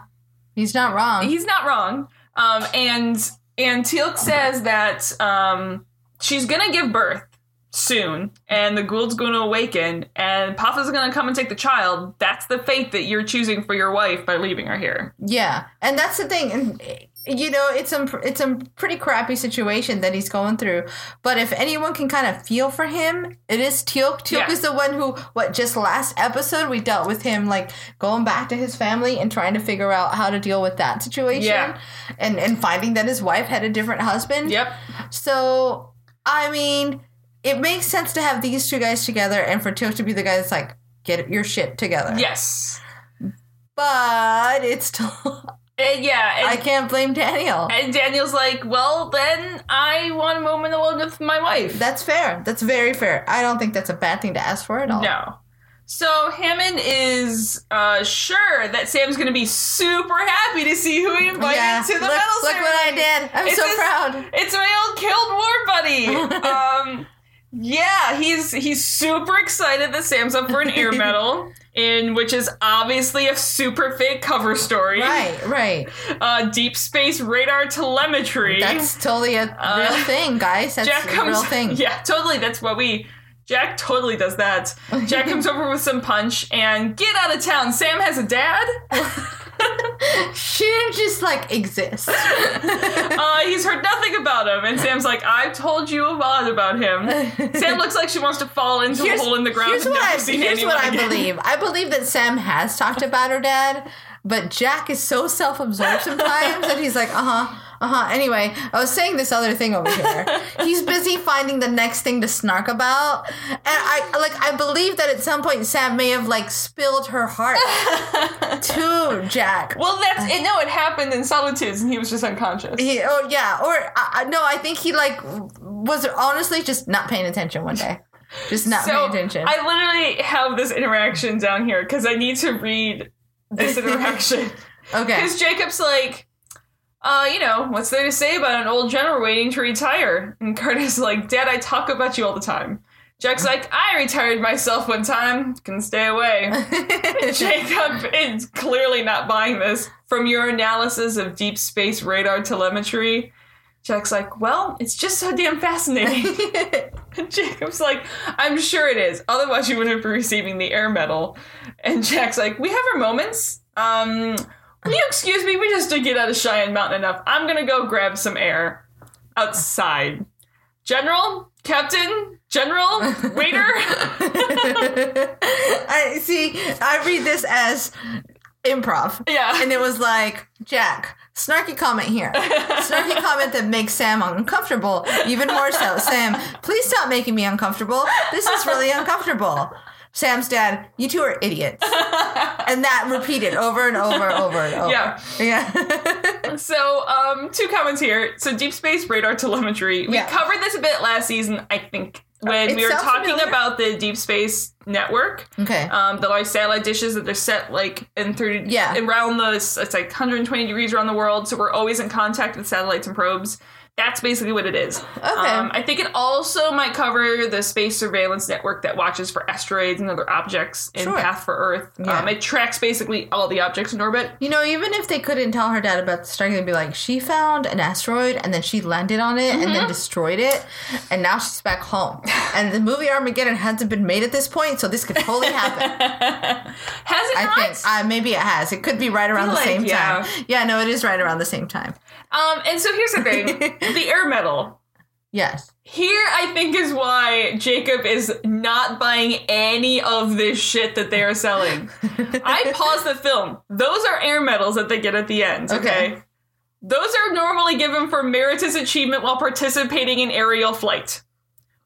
Speaker 2: he's not wrong.
Speaker 1: He's not wrong. Um, and and Teal'c says that um, she's going to give birth soon, and the Gould's going to awaken, and Patha's going to come and take the child. That's the fate that you're choosing for your wife by leaving her here.
Speaker 2: yeah, and that's the thing. And, you know, it's a it's a pretty crappy situation that he's going through. But if anyone can kind of feel for him, it is Teal'c. Teal'c
Speaker 1: Yeah.
Speaker 2: is the one who, what, just last episode we dealt with him like going back to his family and trying to figure out how to deal with that situation,
Speaker 1: Yeah.
Speaker 2: and and finding that his wife had a different husband.
Speaker 1: Yep.
Speaker 2: So, I mean, it makes sense to have these two guys together and for Teal'c to be the guy that's like, get your shit together.
Speaker 1: Yes.
Speaker 2: But it's still,
Speaker 1: And Uh, yeah, and,
Speaker 2: I can't blame Daniel.
Speaker 1: and Daniel's like, well, then I want a moment alone with my wife.
Speaker 2: That's fair. That's very fair. I don't think that's a bad thing to ask for at all.
Speaker 1: No. So Hammond is uh, sure that Sam's going to be super happy to see who he invited
Speaker 2: Yeah.
Speaker 1: to the
Speaker 2: look,
Speaker 1: medal
Speaker 2: look
Speaker 1: ceremony.
Speaker 2: what I did. I'm
Speaker 1: It's
Speaker 2: so
Speaker 1: his-
Speaker 2: proud.
Speaker 1: It's my old killed war buddy. um, yeah, he's he's super excited that Sam's up for an air medal, in which is obviously a super fake cover story.
Speaker 2: Right, right.
Speaker 1: Uh, deep space radar telemetry.
Speaker 2: That's totally a
Speaker 1: Uh,
Speaker 2: real thing, guys. That's
Speaker 1: Jack
Speaker 2: a
Speaker 1: comes.
Speaker 2: real thing.
Speaker 1: Yeah, totally. That's what we. Jack totally does that. Jack comes over with some punch and get out of town. Sam has a dad.
Speaker 2: She didn't just like exist.
Speaker 1: Uh, he's heard nothing about him, and Sam's like, "I've told you a lot about him." Sam looks like she wants to fall into a hole in the ground
Speaker 2: here's
Speaker 1: and
Speaker 2: what,
Speaker 1: never
Speaker 2: I,
Speaker 1: see
Speaker 2: here's
Speaker 1: anyone
Speaker 2: what I
Speaker 1: again.
Speaker 2: believe. I believe that Sam has talked about her dad, but Jack is so self absorbed sometimes that he's like, uh huh. Uh huh. Anyway, I was saying this other thing over here. He's busy finding the next thing to snark about, and I like. I believe that at some point Sam may have like spilled her heart to Jack.
Speaker 1: Well, that's it. No, it happened in solitudes, and he was just unconscious.
Speaker 2: He, oh yeah, or uh, no, I think he like was honestly just not paying attention one day, just not
Speaker 1: so
Speaker 2: paying attention.
Speaker 1: I literally have this interaction down here because I need to read this interaction.
Speaker 2: okay,
Speaker 1: Because Jacob's like, uh, you know, what's there to say about an old general waiting to retire? And Carter's like, Dad, I talk about you all the time. Jack's like, I retired myself one time. Can stay away. Jacob is clearly not buying this. From your analysis of deep space radar telemetry, Jack's like, well, it's just so damn fascinating. And Jacob's like, I'm sure it is. Otherwise, you wouldn't be receiving the air medal. And Jack's like, we have our moments. Um, will you excuse me? We just did get out of Cheyenne Mountain enough. I'm gonna go grab some air outside. General, Captain, General, Waiter.
Speaker 2: I see. I read this as improv,
Speaker 1: yeah.
Speaker 2: and it was like Jack snarky comment here, snarky comment that makes Sam uncomfortable even more so. Sam, please stop making me uncomfortable. This is really uncomfortable. Sam's dad, you two are idiots, and that repeated over and over, over and over.
Speaker 1: Yeah.
Speaker 2: yeah.
Speaker 1: So, um, two comments here. So, deep space radar telemetry. We
Speaker 2: Yeah. Uh,
Speaker 1: covered this a bit last season, I think, when
Speaker 2: It
Speaker 1: we were
Speaker 2: sounds
Speaker 1: talking
Speaker 2: familiar.
Speaker 1: about the deep space network.
Speaker 2: okay.
Speaker 1: um, the large satellite dishes that they're set like in through
Speaker 2: Yeah.
Speaker 1: around the it's like 120 degrees around the world, so we're always in contact with satellites and probes. That's basically what it is. Okay. Um, I think it also might cover the space surveillance network that watches for asteroids and other objects in
Speaker 2: Sure.
Speaker 1: path for Earth.
Speaker 2: Yeah.
Speaker 1: Um, it tracks basically all the objects in orbit.
Speaker 2: You know, even if they couldn't tell her dad about the Stargate, they'd be like, she found an asteroid and then she landed on it and then
Speaker 1: Mm-hmm.
Speaker 2: destroyed it, and now she's back home. and the movie Armageddon hasn't been made at this point, so this could totally happen.
Speaker 1: Has it
Speaker 2: I
Speaker 1: not?
Speaker 2: think uh, maybe it has. It could be right around the
Speaker 1: like,
Speaker 2: same
Speaker 1: yeah.
Speaker 2: time. Yeah, no, it is right around the same time.
Speaker 1: Um, and so here's the thing: the air medal.
Speaker 2: Yes.
Speaker 1: Here, I think, is why Jacob is not buying any of this shit that they are selling. I paused the film. Those are air medals that they get at the end, okay?
Speaker 2: Okay.
Speaker 1: Those are normally given for meritorious achievement while participating in aerial flight.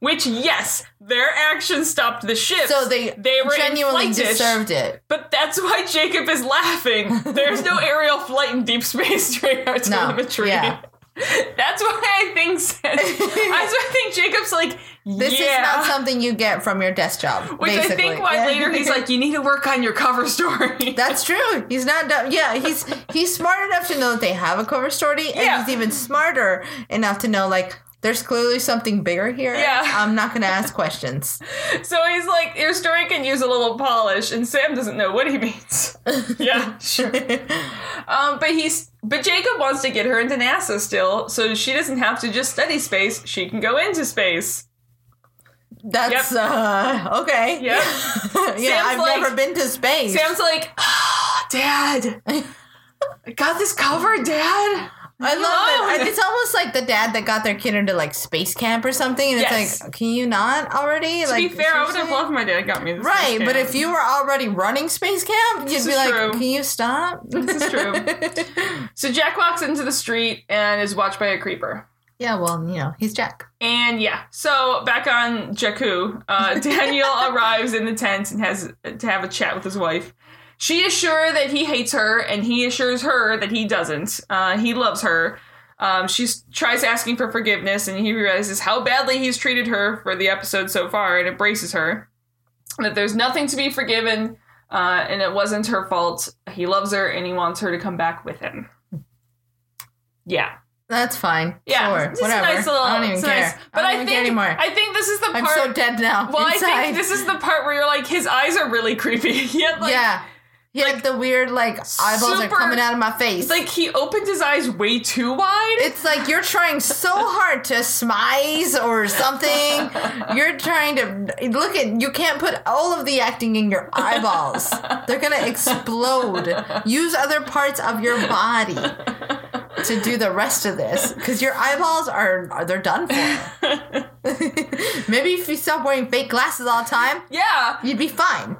Speaker 1: Which, yes, their action stopped the ship.
Speaker 2: So they,
Speaker 1: they were in
Speaker 2: genuinely
Speaker 1: flight-ish,
Speaker 2: deserved it.
Speaker 1: But that's why Jacob is laughing. There's no aerial flight in deep space radar telemetry.
Speaker 2: yeah.
Speaker 1: That's why I think that's why I think Jacob's like
Speaker 2: This
Speaker 1: yeah.
Speaker 2: is not something you get from your desk job.
Speaker 1: which
Speaker 2: basically.
Speaker 1: I think why
Speaker 2: Yeah.
Speaker 1: later he's like, you need to work on your cover story.
Speaker 2: That's true. He's not dumb. Yeah, he's he's smart enough to know that they have a cover story, and
Speaker 1: Yeah.
Speaker 2: he's even smarter enough to know like there's clearly something bigger here.
Speaker 1: Yeah.
Speaker 2: I'm not gonna ask questions.
Speaker 1: so he's like, your story can use a little polish, and Sam doesn't know what he means. yeah, sure. Um, but he's but Jacob wants to get her into NASA still, so she doesn't have to just study space. She can go into space.
Speaker 2: That's
Speaker 1: Yep.
Speaker 2: uh okay.
Speaker 1: Yeah.
Speaker 2: yeah,
Speaker 1: Sam's
Speaker 2: I've
Speaker 1: like-
Speaker 2: never been to space.
Speaker 1: Sam's like, ah, Dad, I got this covered, Dad.
Speaker 2: I love
Speaker 1: No.
Speaker 2: it. It's almost like the dad that got their kid into like space camp or something, and
Speaker 1: Yes.
Speaker 2: it's like, can you not already?
Speaker 1: To be
Speaker 2: like,
Speaker 1: fair, I would have
Speaker 2: seriously?
Speaker 1: loved my dad got me this. ice
Speaker 2: Right, but
Speaker 1: cream.
Speaker 2: if you were already running space camp, you'd
Speaker 1: This
Speaker 2: be
Speaker 1: is
Speaker 2: like,
Speaker 1: true.
Speaker 2: "Can you stop?"
Speaker 1: This is true. so Jack walks into the street and is watched by a creeper.
Speaker 2: yeah, well, you know, he's Jack.
Speaker 1: And yeah, so back on Jakku, uh, Daniel arrives in the tent and has to have a chat with his wife. She is sure that he hates her, and he assures her that he doesn't. Uh, he loves her. Um, she tries asking for forgiveness, and he realizes how badly he's treated her for the episode so far and embraces her. That there's nothing to be forgiven, uh, and it wasn't her fault. He loves her, and he wants her to come back with him. Yeah.
Speaker 2: That's fine.
Speaker 1: Yeah,
Speaker 2: Sure.
Speaker 1: it's
Speaker 2: Whatever.
Speaker 1: a nice little.
Speaker 2: I don't even
Speaker 1: it's
Speaker 2: care.
Speaker 1: nice. But
Speaker 2: I
Speaker 1: I,
Speaker 2: don't even
Speaker 1: think
Speaker 2: care anymore.
Speaker 1: I think this is the
Speaker 2: I'm
Speaker 1: part.
Speaker 2: so dead now.
Speaker 1: well,
Speaker 2: inside.
Speaker 1: I think this is the part where you're like, his eyes are really creepy. he had like,
Speaker 2: yeah. He had
Speaker 1: like,
Speaker 2: the weird like eyeballs
Speaker 1: super-
Speaker 2: are coming out of my face.
Speaker 1: it's like he opened his eyes way too wide.
Speaker 2: It's like you're trying so hard to smize or something. You're trying to look at you can't put all of the acting in your eyeballs. They're gonna explode. Use other parts of your body to do the rest of this because your eyeballs are are- they're done for. Maybe if you stop wearing fake glasses all the time,
Speaker 1: yeah.
Speaker 2: you'd be fine.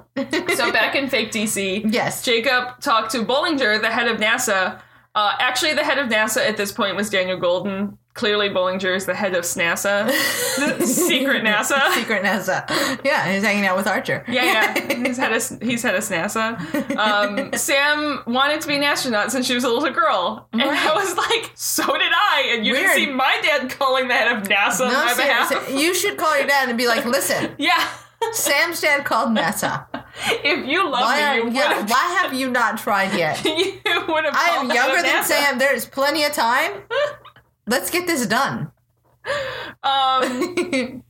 Speaker 1: so back in fake DC,
Speaker 2: Yes.
Speaker 1: Jacob talked to Bollinger, the head of NASA. Uh, actually, the head of NASA at this point was Daniel Golden. Clearly, Bollinger is the head of SNASA, the secret NASA.
Speaker 2: Secret NASA. Yeah, he's hanging out with Archer.
Speaker 1: Yeah, yeah. He's had a he's had a NASA. Um, Sam wanted to be an astronaut since she was a little girl, and I
Speaker 2: Right.
Speaker 1: was like, so did I. And you
Speaker 2: Weird.
Speaker 1: didn't see my dad calling the head of NASA on
Speaker 2: No,
Speaker 1: my behalf.
Speaker 2: seriously, you should call your dad and be like, listen,
Speaker 1: Yeah,
Speaker 2: Sam's dad called NASA.
Speaker 1: if you love
Speaker 2: Why,
Speaker 1: me,
Speaker 2: are,
Speaker 1: you would
Speaker 2: yeah,
Speaker 1: have.
Speaker 2: why have you not tried yet?
Speaker 1: you would have.
Speaker 2: I
Speaker 1: called
Speaker 2: am
Speaker 1: the head
Speaker 2: younger
Speaker 1: of
Speaker 2: than
Speaker 1: NASA.
Speaker 2: Sam. There is plenty of time. Let's get this done.
Speaker 1: Um,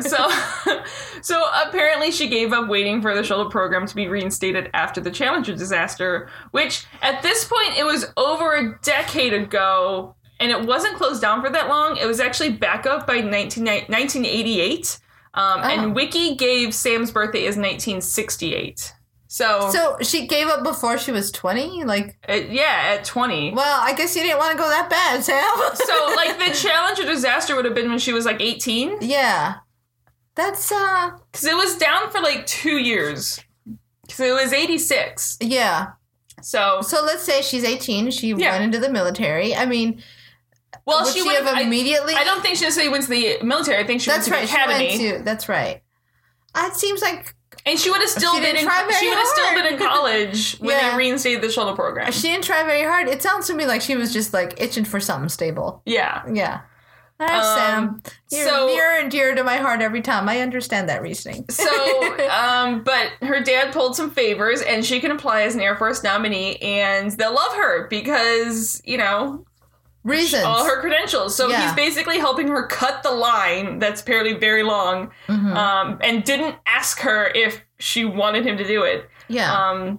Speaker 1: so, so apparently she gave up waiting for the shuttle program to be reinstated after the Challenger disaster, which at this point it was over a decade ago, and it wasn't closed down for that long. It was actually back up by 19, 1988, um,
Speaker 2: Oh.
Speaker 1: and Wiki gave Sam's birthday as 1968. So,
Speaker 2: So she gave up before she was 20? Like,
Speaker 1: it- yeah, at 20.
Speaker 2: well, I guess you didn't want to go that bad, Sam.
Speaker 1: So, like, the Challenger disaster would have been when she was like 18,
Speaker 2: yeah. That's, uh,
Speaker 1: because it was down for like two years. Because it was 86.
Speaker 2: yeah.
Speaker 1: So,
Speaker 2: So let's say she's 18. She
Speaker 1: Yeah.
Speaker 2: went into the military. I mean,
Speaker 1: well,
Speaker 2: would she,
Speaker 1: would
Speaker 2: have immediately?
Speaker 1: I, I don't think she necessarily went to the military. I think she
Speaker 2: that's
Speaker 1: went
Speaker 2: right.
Speaker 1: to the academy,
Speaker 2: She went to, that's right. It seems like
Speaker 1: and she would have still
Speaker 2: She
Speaker 1: been
Speaker 2: didn't
Speaker 1: in,
Speaker 2: try very
Speaker 1: she would have still
Speaker 2: hard.
Speaker 1: been in college when
Speaker 2: Yeah.
Speaker 1: they reinstated the shuttle program.
Speaker 2: she didn't try very hard. It sounds to me like she was just like itching for something stable.
Speaker 1: yeah.
Speaker 2: Yeah. All right,
Speaker 1: Um,
Speaker 2: Sam. You're
Speaker 1: so-
Speaker 2: near and dear to my heart every time. I understand that reasoning.
Speaker 1: So, um, but her dad pulled some favors, and she can apply as an Air Force nominee, and they'll love her because you know
Speaker 2: Reasons.
Speaker 1: all her credentials. So
Speaker 2: Yeah.
Speaker 1: he's basically helping her cut the line that's apparently very long,
Speaker 2: Mhm.
Speaker 1: um, and didn't ask her if she wanted him to do it.
Speaker 2: yeah.
Speaker 1: um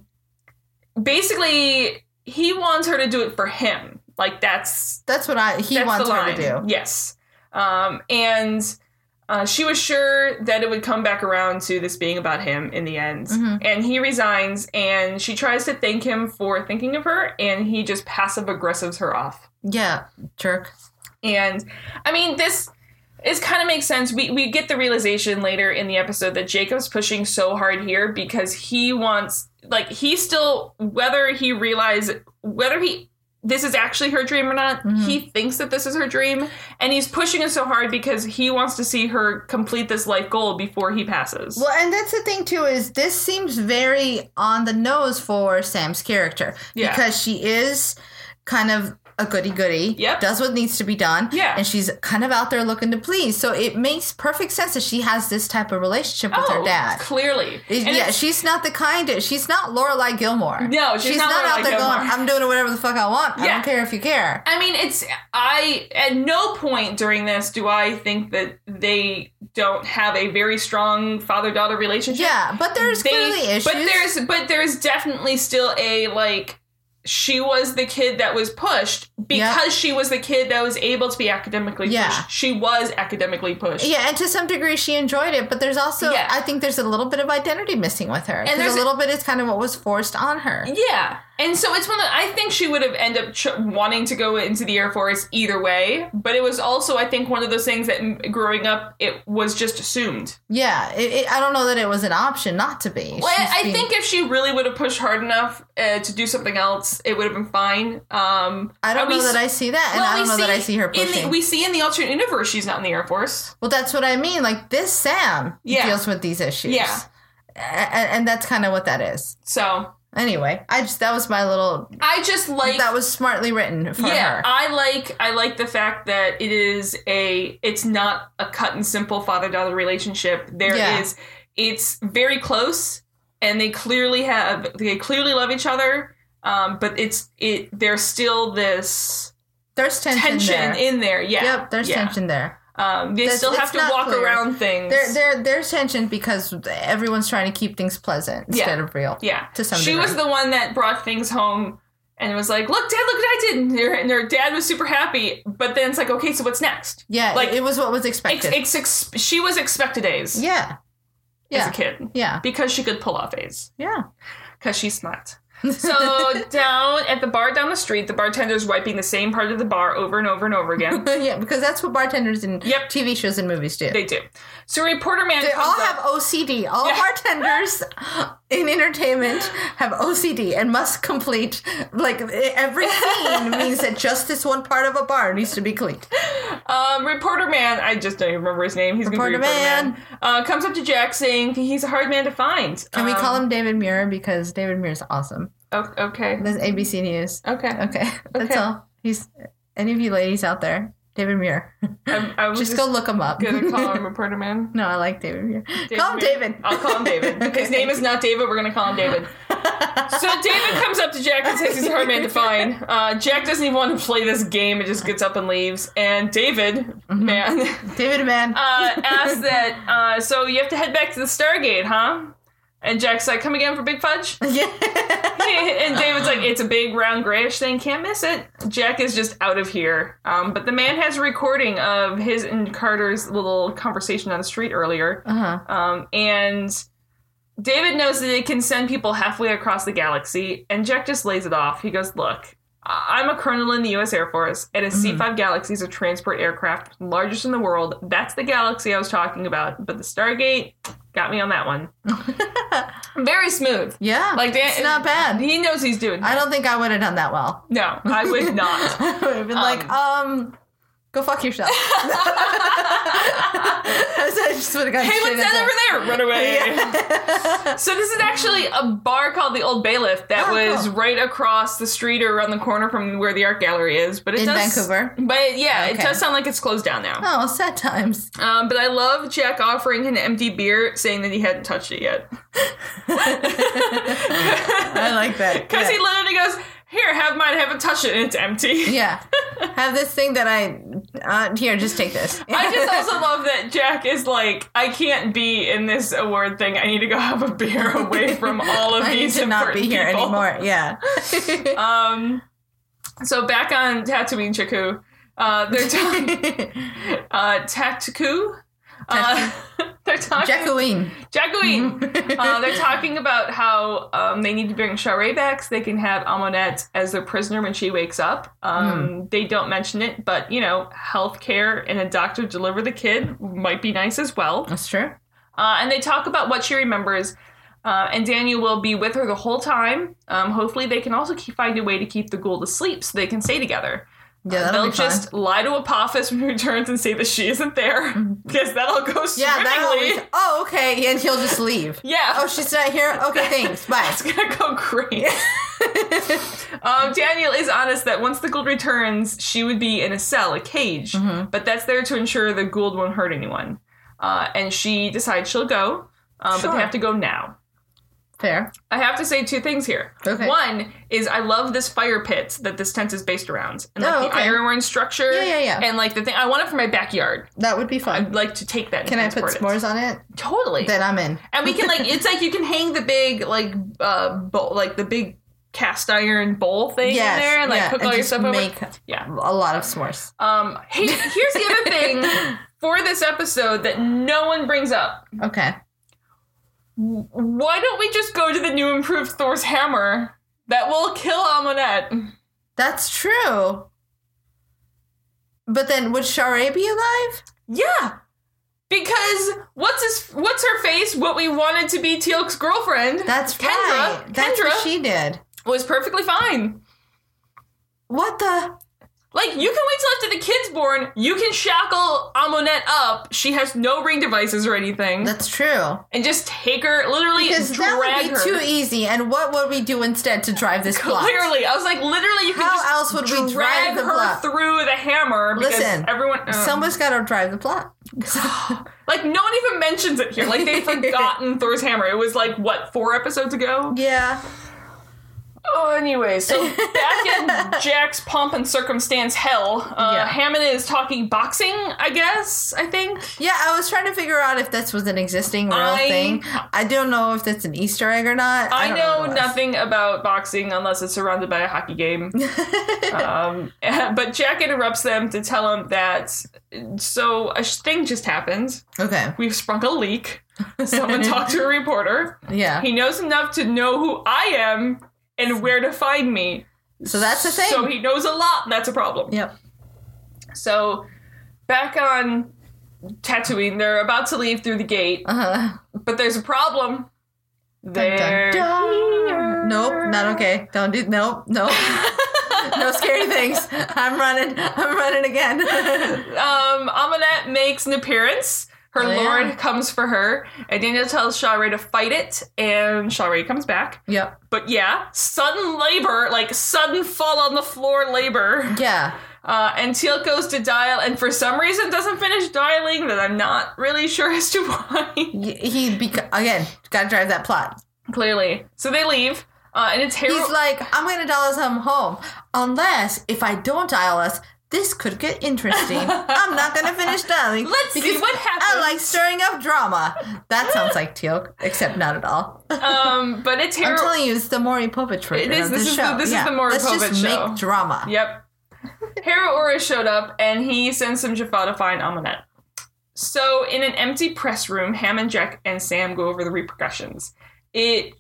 Speaker 1: basically he wants her to do it for him like that's
Speaker 2: that's what I he
Speaker 1: that's
Speaker 2: wants
Speaker 1: the
Speaker 2: her
Speaker 1: line.
Speaker 2: to do.
Speaker 1: yes um and uh, she was sure that it would come back around to this being about him in the end
Speaker 2: Mhm.
Speaker 1: and he resigns and she tries to thank him for thinking of her and he just passive aggressives her off
Speaker 2: Yeah, jerk.
Speaker 1: and I mean, this is kind of makes sense. We we get the realization later in the episode that Jacob's pushing so hard here because he wants like he still whether he realize whether he this is actually her dream or not,
Speaker 2: Mhm.
Speaker 1: he thinks that this is her dream and he's pushing it so hard because he wants to see her complete this life goal before he passes.
Speaker 2: Well, and that's the thing too is this seems very on the nose for Sam's character
Speaker 1: Yeah.
Speaker 2: because she is kind of a goody goody.
Speaker 1: Yep.
Speaker 2: Does what needs to be done.
Speaker 1: Yeah.
Speaker 2: And she's kind of out there looking to please. So it makes perfect sense that she has this type of relationship with her dad.
Speaker 1: Oh, Clearly.
Speaker 2: It-
Speaker 1: And
Speaker 2: yeah,
Speaker 1: it's-
Speaker 2: she's not the kind. Of, she's not Lorelai Gilmore.
Speaker 1: No, she's not Lorelai
Speaker 2: out there
Speaker 1: Gilmore.
Speaker 2: going. I'm doing whatever the fuck I want. I
Speaker 1: Yeah.
Speaker 2: don't care if you care.
Speaker 1: I mean, it's I at no point during this do I think that they don't have a very strong father daughter relationship.
Speaker 2: Yeah, but there's
Speaker 1: They-
Speaker 2: clearly issues.
Speaker 1: but there's but there's definitely still a like she was the kid that was pushed
Speaker 2: Yeah.
Speaker 1: because she was the kid that was able to be academically
Speaker 2: Yeah.
Speaker 1: pushed. She was academically pushed.
Speaker 2: yeah, and to some degree she enjoyed it, but there's also
Speaker 1: Yeah.
Speaker 2: I think there's a little bit of identity missing with her. And
Speaker 1: there's
Speaker 2: there's
Speaker 1: a-
Speaker 2: a little bit is kind of what was forced on her.
Speaker 1: Yeah, and so it's one that I think she would have ended up ch- wanting to go into the Air Force either way, but it was also I think one of those things that mm, growing up it was just assumed.
Speaker 2: Yeah, it, it, I don't know that it was an option not to be.
Speaker 1: Well,
Speaker 2: She's
Speaker 1: I, I
Speaker 2: being-
Speaker 1: think if she really would have pushed hard enough uh, to do something else, it would have been fine. Um,
Speaker 2: I don't
Speaker 1: and we
Speaker 2: know that
Speaker 1: s-
Speaker 2: I see that, and
Speaker 1: well,
Speaker 2: I don't
Speaker 1: we
Speaker 2: know that I see
Speaker 1: in
Speaker 2: her
Speaker 1: the-
Speaker 2: pushing.
Speaker 1: we see in the alternate universe she's not in the Air Force.
Speaker 2: well, that's what I mean. Like this Sam
Speaker 1: Yeah.
Speaker 2: deals with these issues.
Speaker 1: Yeah.
Speaker 2: A- a- and that's kind of what that is.
Speaker 1: So
Speaker 2: Anyway, I just that was my little
Speaker 1: I just like
Speaker 2: that was smartly written for
Speaker 1: yeah, um,
Speaker 2: her.
Speaker 1: I like I like the fact that it is a it's not a cut and simple father daughter relationship. There is
Speaker 2: Yeah.
Speaker 1: it's very close, and they clearly have they clearly love each other. Um, but it's it there's still this
Speaker 2: there's tension,
Speaker 1: tension
Speaker 2: there.
Speaker 1: in there. Yeah,
Speaker 2: Yep, there's
Speaker 1: yeah.
Speaker 2: tension there.
Speaker 1: Um, they
Speaker 2: That's-
Speaker 1: still have
Speaker 2: it's
Speaker 1: to
Speaker 2: not
Speaker 1: walk
Speaker 2: clear.
Speaker 1: around things.
Speaker 2: There, there, there's tension because everyone's trying to keep things pleasant
Speaker 1: Yeah.
Speaker 2: instead of real.
Speaker 1: yeah,
Speaker 2: to some
Speaker 1: she was
Speaker 2: degree.
Speaker 1: the one that brought things home. And was like, look, dad, look what I did. And her, and her dad was super happy. But then it's like, okay, so what's next?
Speaker 2: Yeah,
Speaker 1: Like-
Speaker 2: like it was what was
Speaker 1: Ex-
Speaker 2: expected.
Speaker 1: ex- ex- she was expected A's
Speaker 2: yeah,
Speaker 1: as a
Speaker 2: yeah,
Speaker 1: kid
Speaker 2: yeah,
Speaker 1: because she could pull off A's
Speaker 2: yeah.
Speaker 1: because she's smart. So down at the bar down the street, the bartender's wiping the same part of the bar over and over and over again.
Speaker 2: yeah, because that's what bartenders in
Speaker 1: Yep.
Speaker 2: TV shows and movies do.
Speaker 1: they do. So a reporter man
Speaker 2: They
Speaker 1: comes
Speaker 2: all
Speaker 1: up-
Speaker 2: have OCD. All bartenders in entertainment have OCD and must complete like e, every scene means that just this one part of a bar needs to be cleaned.
Speaker 1: Um, reporter man, I just don't even remember his name. He's
Speaker 2: Reporter
Speaker 1: gonna be reporter man.
Speaker 2: man.
Speaker 1: Uh, comes up to Jack saying he's a hard man to find. Um,
Speaker 2: Can we call him David Muir because David Muir's awesome.
Speaker 1: Okay.
Speaker 2: That's ABC News.
Speaker 1: Okay.
Speaker 2: Okay, that's
Speaker 1: Okay.
Speaker 2: all. He's any of you ladies out there, David Muir.
Speaker 1: I, I was
Speaker 2: Just
Speaker 1: just,
Speaker 2: go look him up.
Speaker 1: gonna call him reporter man.
Speaker 2: no, I like David Muir. call him
Speaker 1: Muir.
Speaker 2: David.
Speaker 1: I'll call him David. His name is not David. We're gonna call him David. So David comes up to Jack and says he's a hard man to find. Uh, Jack doesn't even want to play this game and just gets up and leaves. And David,
Speaker 2: Mm-hmm.
Speaker 1: man,
Speaker 2: David Man.
Speaker 1: uh, asks that. Uh, so you have to head back to the Stargate, huh? And Jack's like, "Come again for Big Fudge."
Speaker 2: yeah.
Speaker 1: and David's like, it's a big round grayish thing, can't miss it. Jack is just out of here. Um, but the man has a recording of his and Carter's little conversation on the street earlier.
Speaker 2: Uh-huh.
Speaker 1: Um, and David knows that it can send people halfway across the galaxy, and Jack just lays it off. He goes, Look, I- I'm a colonel in the U.S. Air Force, and a 5 Galaxy is a transport aircraft, largest in the world. That's the galaxy I was talking about, but the Stargate got me on that one. Very smooth.
Speaker 2: Yeah.
Speaker 1: Like, Dan-
Speaker 2: it's not bad.
Speaker 1: He knows he's doing.
Speaker 2: I don't think I would have done that well.
Speaker 1: No, I would not.
Speaker 2: I would have been like, um, go fuck yourself. I just would have gotten
Speaker 1: hey,
Speaker 2: straight
Speaker 1: what's that
Speaker 2: into-
Speaker 1: over there? Run away. so this is actually a bar called the Old Bailiff that
Speaker 2: Oh,
Speaker 1: was
Speaker 2: cool.
Speaker 1: right across the street or around the corner from where the art gallery is. But it
Speaker 2: In
Speaker 1: does,
Speaker 2: Vancouver?
Speaker 1: But yeah, it
Speaker 2: Okay.
Speaker 1: does sound like it's closed down now.
Speaker 2: Oh, sad times.
Speaker 1: Um, but I love Jack offering an empty beer, saying that he hadn't touched it yet
Speaker 2: I like that.
Speaker 1: because
Speaker 2: yeah.
Speaker 1: he literally goes, "Here, have mine. I haven't touched it, and it's empty."
Speaker 2: yeah. Have this thing that I uh, here, just take this.
Speaker 1: I just also love that Jack is like, I can't be in this award thing. I need to go have a beer away from all of
Speaker 2: I need
Speaker 1: these
Speaker 2: to not
Speaker 1: important
Speaker 2: be here
Speaker 1: people."
Speaker 2: anymore. Yeah.
Speaker 1: Um, so back on Tatooine Chiku, uh, they're talking uh, Tactiku. Uh, they're talking
Speaker 2: Jacqueline. Mm-hmm.
Speaker 1: Jacqueline. uh, they're talking about how um, they need to bring Sharae back so they can have Amonette as their prisoner when she wakes up.
Speaker 2: Hmm.
Speaker 1: Um, They don't mention it, but you know, healthcare and a doctor deliver the kid might be nice as well.
Speaker 2: That's true.
Speaker 1: Uh, and they talk about what she remembers. Uh, and Daniel will be with her the whole time. Um, hopefully, they can also keep, find a way to keep the ghoul to sleep so they can stay together.
Speaker 2: Yeah, that'll
Speaker 1: uh, They'll
Speaker 2: be fun.
Speaker 1: just lie to Apophis when he returns and say that she isn't there because that'll go
Speaker 2: Mm-hmm. Yeah, that'll
Speaker 1: swimmingly.
Speaker 2: be. Oh, okay. And he'll just leave.
Speaker 1: yeah,
Speaker 2: Oh, she's not here. Okay, thanks. Bye.
Speaker 1: it's gonna go great. um, Daniel is honest that once the Gould returns, she would be in a cell, a cage,
Speaker 2: Mm-hmm.
Speaker 1: but that's there to ensure the Gould won't hurt anyone. Uh, and she decides she'll go, uh, but
Speaker 2: Sure.
Speaker 1: they have to go now.
Speaker 2: Fair.
Speaker 1: I have to say two things here.
Speaker 2: Okay.
Speaker 1: One is I love this fire pit that this tent is based around, and like
Speaker 2: Oh,
Speaker 1: the
Speaker 2: okay.
Speaker 1: ironworm structure.
Speaker 2: Yeah, yeah, yeah.
Speaker 1: And like the thing, I want it for my backyard.
Speaker 2: That would be
Speaker 1: I'd
Speaker 2: fun.
Speaker 1: like to take that. and
Speaker 2: Can I put
Speaker 1: transport it.
Speaker 2: s'mores on it?
Speaker 1: Totally.
Speaker 2: Then I'm in.
Speaker 1: and we can like it's like you can hang the big like uh bowl, like the big cast iron bowl thing in
Speaker 2: Yes,
Speaker 1: there and like
Speaker 2: yeah,
Speaker 1: cook
Speaker 2: and
Speaker 1: all your
Speaker 2: just
Speaker 1: stuff over.
Speaker 2: make-
Speaker 1: Yeah.
Speaker 2: A lot of s'mores.
Speaker 1: Um. Hey, here's the other thing for this episode that no one brings up.
Speaker 2: Okay.
Speaker 1: Why don't we just go to the new improved Thor's hammer that will kill Amonette?
Speaker 2: That's true. But then would Sharae be alive?
Speaker 1: Yeah. Because what's his what's her face? What we wanted to be Teal'c's girlfriend.
Speaker 2: That's
Speaker 1: Kendra.
Speaker 2: right. That's
Speaker 1: Kendra
Speaker 2: what she did.
Speaker 1: was perfectly fine.
Speaker 2: What the?
Speaker 1: Like, you can wait till after the kid's born. You can shackle Amonette up. She has no ring devices or anything.
Speaker 2: That's true.
Speaker 1: and just take her, literally
Speaker 2: Because
Speaker 1: drag
Speaker 2: that would be
Speaker 1: her.
Speaker 2: too easy. And what would we do instead to drive this plot?
Speaker 1: Clearly, I was like, literally, you can
Speaker 2: How
Speaker 1: just
Speaker 2: else would
Speaker 1: drag
Speaker 2: we drive the
Speaker 1: her
Speaker 2: plot?
Speaker 1: through the hammer because
Speaker 2: Listen,
Speaker 1: everyone, uh,
Speaker 2: Someone's got to drive the plot.
Speaker 1: like no one even mentions it here. Like they've forgotten Thor's hammer. It was like what four episodes ago.
Speaker 2: yeah.
Speaker 1: Oh, anyway, so back in Jack's pomp and circumstance hell, uh,
Speaker 2: Yeah.
Speaker 1: Hammond is talking boxing. I guess I think
Speaker 2: Yeah, I was trying to figure out if this was an existing real
Speaker 1: I-
Speaker 2: thing. I don't know if that's an Easter egg or not.
Speaker 1: I,
Speaker 2: don't
Speaker 1: know
Speaker 2: what it was.
Speaker 1: nothing about boxing unless it's surrounded by a hockey game. um, but Jack interrupts them to tell him that so a sh- thing just happened.
Speaker 2: Okay.
Speaker 1: We've sprung a leak. Someone talked to a reporter.
Speaker 2: Yeah.
Speaker 1: He knows enough to know who I am and where to find me.
Speaker 2: So that's the thing.
Speaker 1: So he knows a lot, and that's a problem.
Speaker 2: yep.
Speaker 1: So back on Tatooine, they're about to leave through the gate,
Speaker 2: Uh-huh.
Speaker 1: but there's a problem.
Speaker 2: Dun,
Speaker 1: They're
Speaker 2: dun, dun.
Speaker 1: here.
Speaker 2: Nope, not okay. Don't do nope, nope. no scary things. I'm running. I'm running again.
Speaker 1: um, Amanette makes an appearance. Her
Speaker 2: Oh, yeah.
Speaker 1: lord comes for her, and Daniel tells Shawray to fight it, and Shawray comes back.
Speaker 2: yep.
Speaker 1: But yeah, sudden labor, like sudden fall on the floor labor.
Speaker 2: Yeah.
Speaker 1: Uh, and Teal goes to dial, and for some reason doesn't finish dialing, that I'm not really sure as to why.
Speaker 2: Y- He beca- again got to drive that plot.
Speaker 1: Clearly. So they leave, uh, and it's Harold.
Speaker 2: He's like, I'm gonna dial us home home, unless if I don't dial us, this could get interesting. I'm not gonna finish dialing.
Speaker 1: Let's see
Speaker 2: because
Speaker 1: what happens.
Speaker 2: I like stirring up drama. That sounds like Teal, except not at all.
Speaker 1: um, but it's
Speaker 2: I'm
Speaker 1: Harold.
Speaker 2: telling you, it's the Maury Povich version
Speaker 1: It is.
Speaker 2: of
Speaker 1: This
Speaker 2: this
Speaker 1: is the-
Speaker 2: show.
Speaker 1: this is
Speaker 2: yeah.
Speaker 1: the Maury
Speaker 2: Let's
Speaker 1: Povich
Speaker 2: just
Speaker 1: show.
Speaker 2: make drama.
Speaker 1: Yep. Hera Ora showed up and he sends some Jaffa to find Amunet. So, in an empty press room, Hammond, Jack, and Sam go over the repercussions. It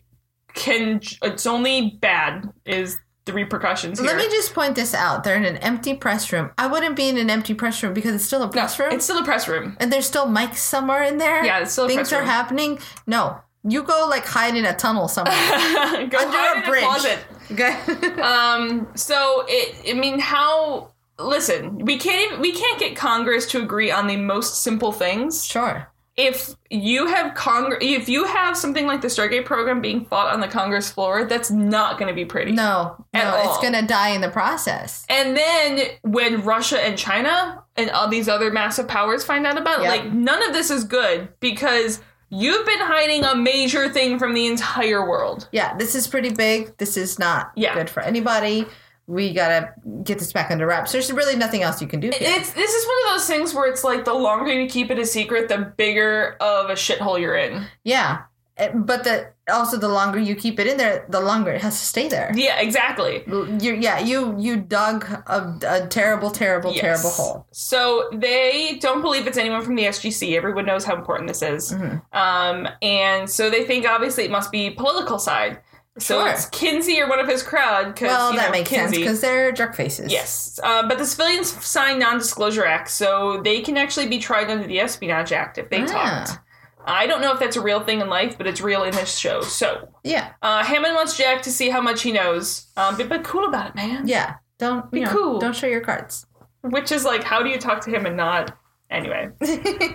Speaker 1: can, it's only bad, is the repercussions here.
Speaker 2: Let me just point this out. They're in an empty press room. I wouldn't be in an empty press room because it's still a
Speaker 1: No,
Speaker 2: press room.
Speaker 1: It's still a press room.
Speaker 2: and there's still mics somewhere in there.
Speaker 1: Yeah, it's still a
Speaker 2: Things
Speaker 1: press
Speaker 2: are
Speaker 1: room.
Speaker 2: happening. No. You go like hide in a tunnel somewhere.
Speaker 1: Go Under
Speaker 2: Under a bridge.
Speaker 1: closet.
Speaker 2: Okay.
Speaker 1: Um, so it, I mean, how, listen, we can't even, we can't get Congress to agree on the most simple things.
Speaker 2: sure.
Speaker 1: if you have Congress, if you have something like the Stargate program being fought on the Congress floor, that's not going to be pretty.
Speaker 2: No.
Speaker 1: At
Speaker 2: no, it's
Speaker 1: all.
Speaker 2: gonna die in the process.
Speaker 1: And then when Russia and China and all these other massive powers find out about it,
Speaker 2: Yeah.
Speaker 1: like none of this is good because you've been hiding a major thing from the entire world.
Speaker 2: Yeah, this is pretty big. This is not
Speaker 1: Yeah.
Speaker 2: good for anybody. We gotta get this back under wraps. There's really nothing else you can do. here.
Speaker 1: It's this is one of those things where it's like the longer you keep it a secret, the bigger of a shithole you're in.
Speaker 2: yeah. Eh, But the also the longer you keep it in there, the longer it has to stay there.
Speaker 1: Yeah, exactly.
Speaker 2: you yeah you you dug a, a terrible terrible
Speaker 1: Yes.
Speaker 2: terrible hole
Speaker 1: So they don't believe it's anyone from the SGC. Everyone knows how important this is.
Speaker 2: Mm-hmm.
Speaker 1: Um, and so they think obviously it must be political side. So
Speaker 2: Sure.
Speaker 1: it's Kinsey or one of his crowd. 'cause,
Speaker 2: well
Speaker 1: you
Speaker 2: that
Speaker 1: know,
Speaker 2: makes sense sense
Speaker 1: Kinsey.
Speaker 2: because they're jerk faces
Speaker 1: Yes, uh, but the civilians signed non-disclosure acts, so they can actually be tried under the Espionage Act if they
Speaker 2: Ah.
Speaker 1: talked. I don't know if that's a real thing in life, but it's real in this show. So
Speaker 2: yeah
Speaker 1: uh, Hammond wants Jack to see how much he knows. Um, but, but cool about it, man.
Speaker 2: yeah don't
Speaker 1: Be
Speaker 2: you know,
Speaker 1: cool.
Speaker 2: don't show your cards
Speaker 1: Which is like, how do you talk to him and not? Anyway,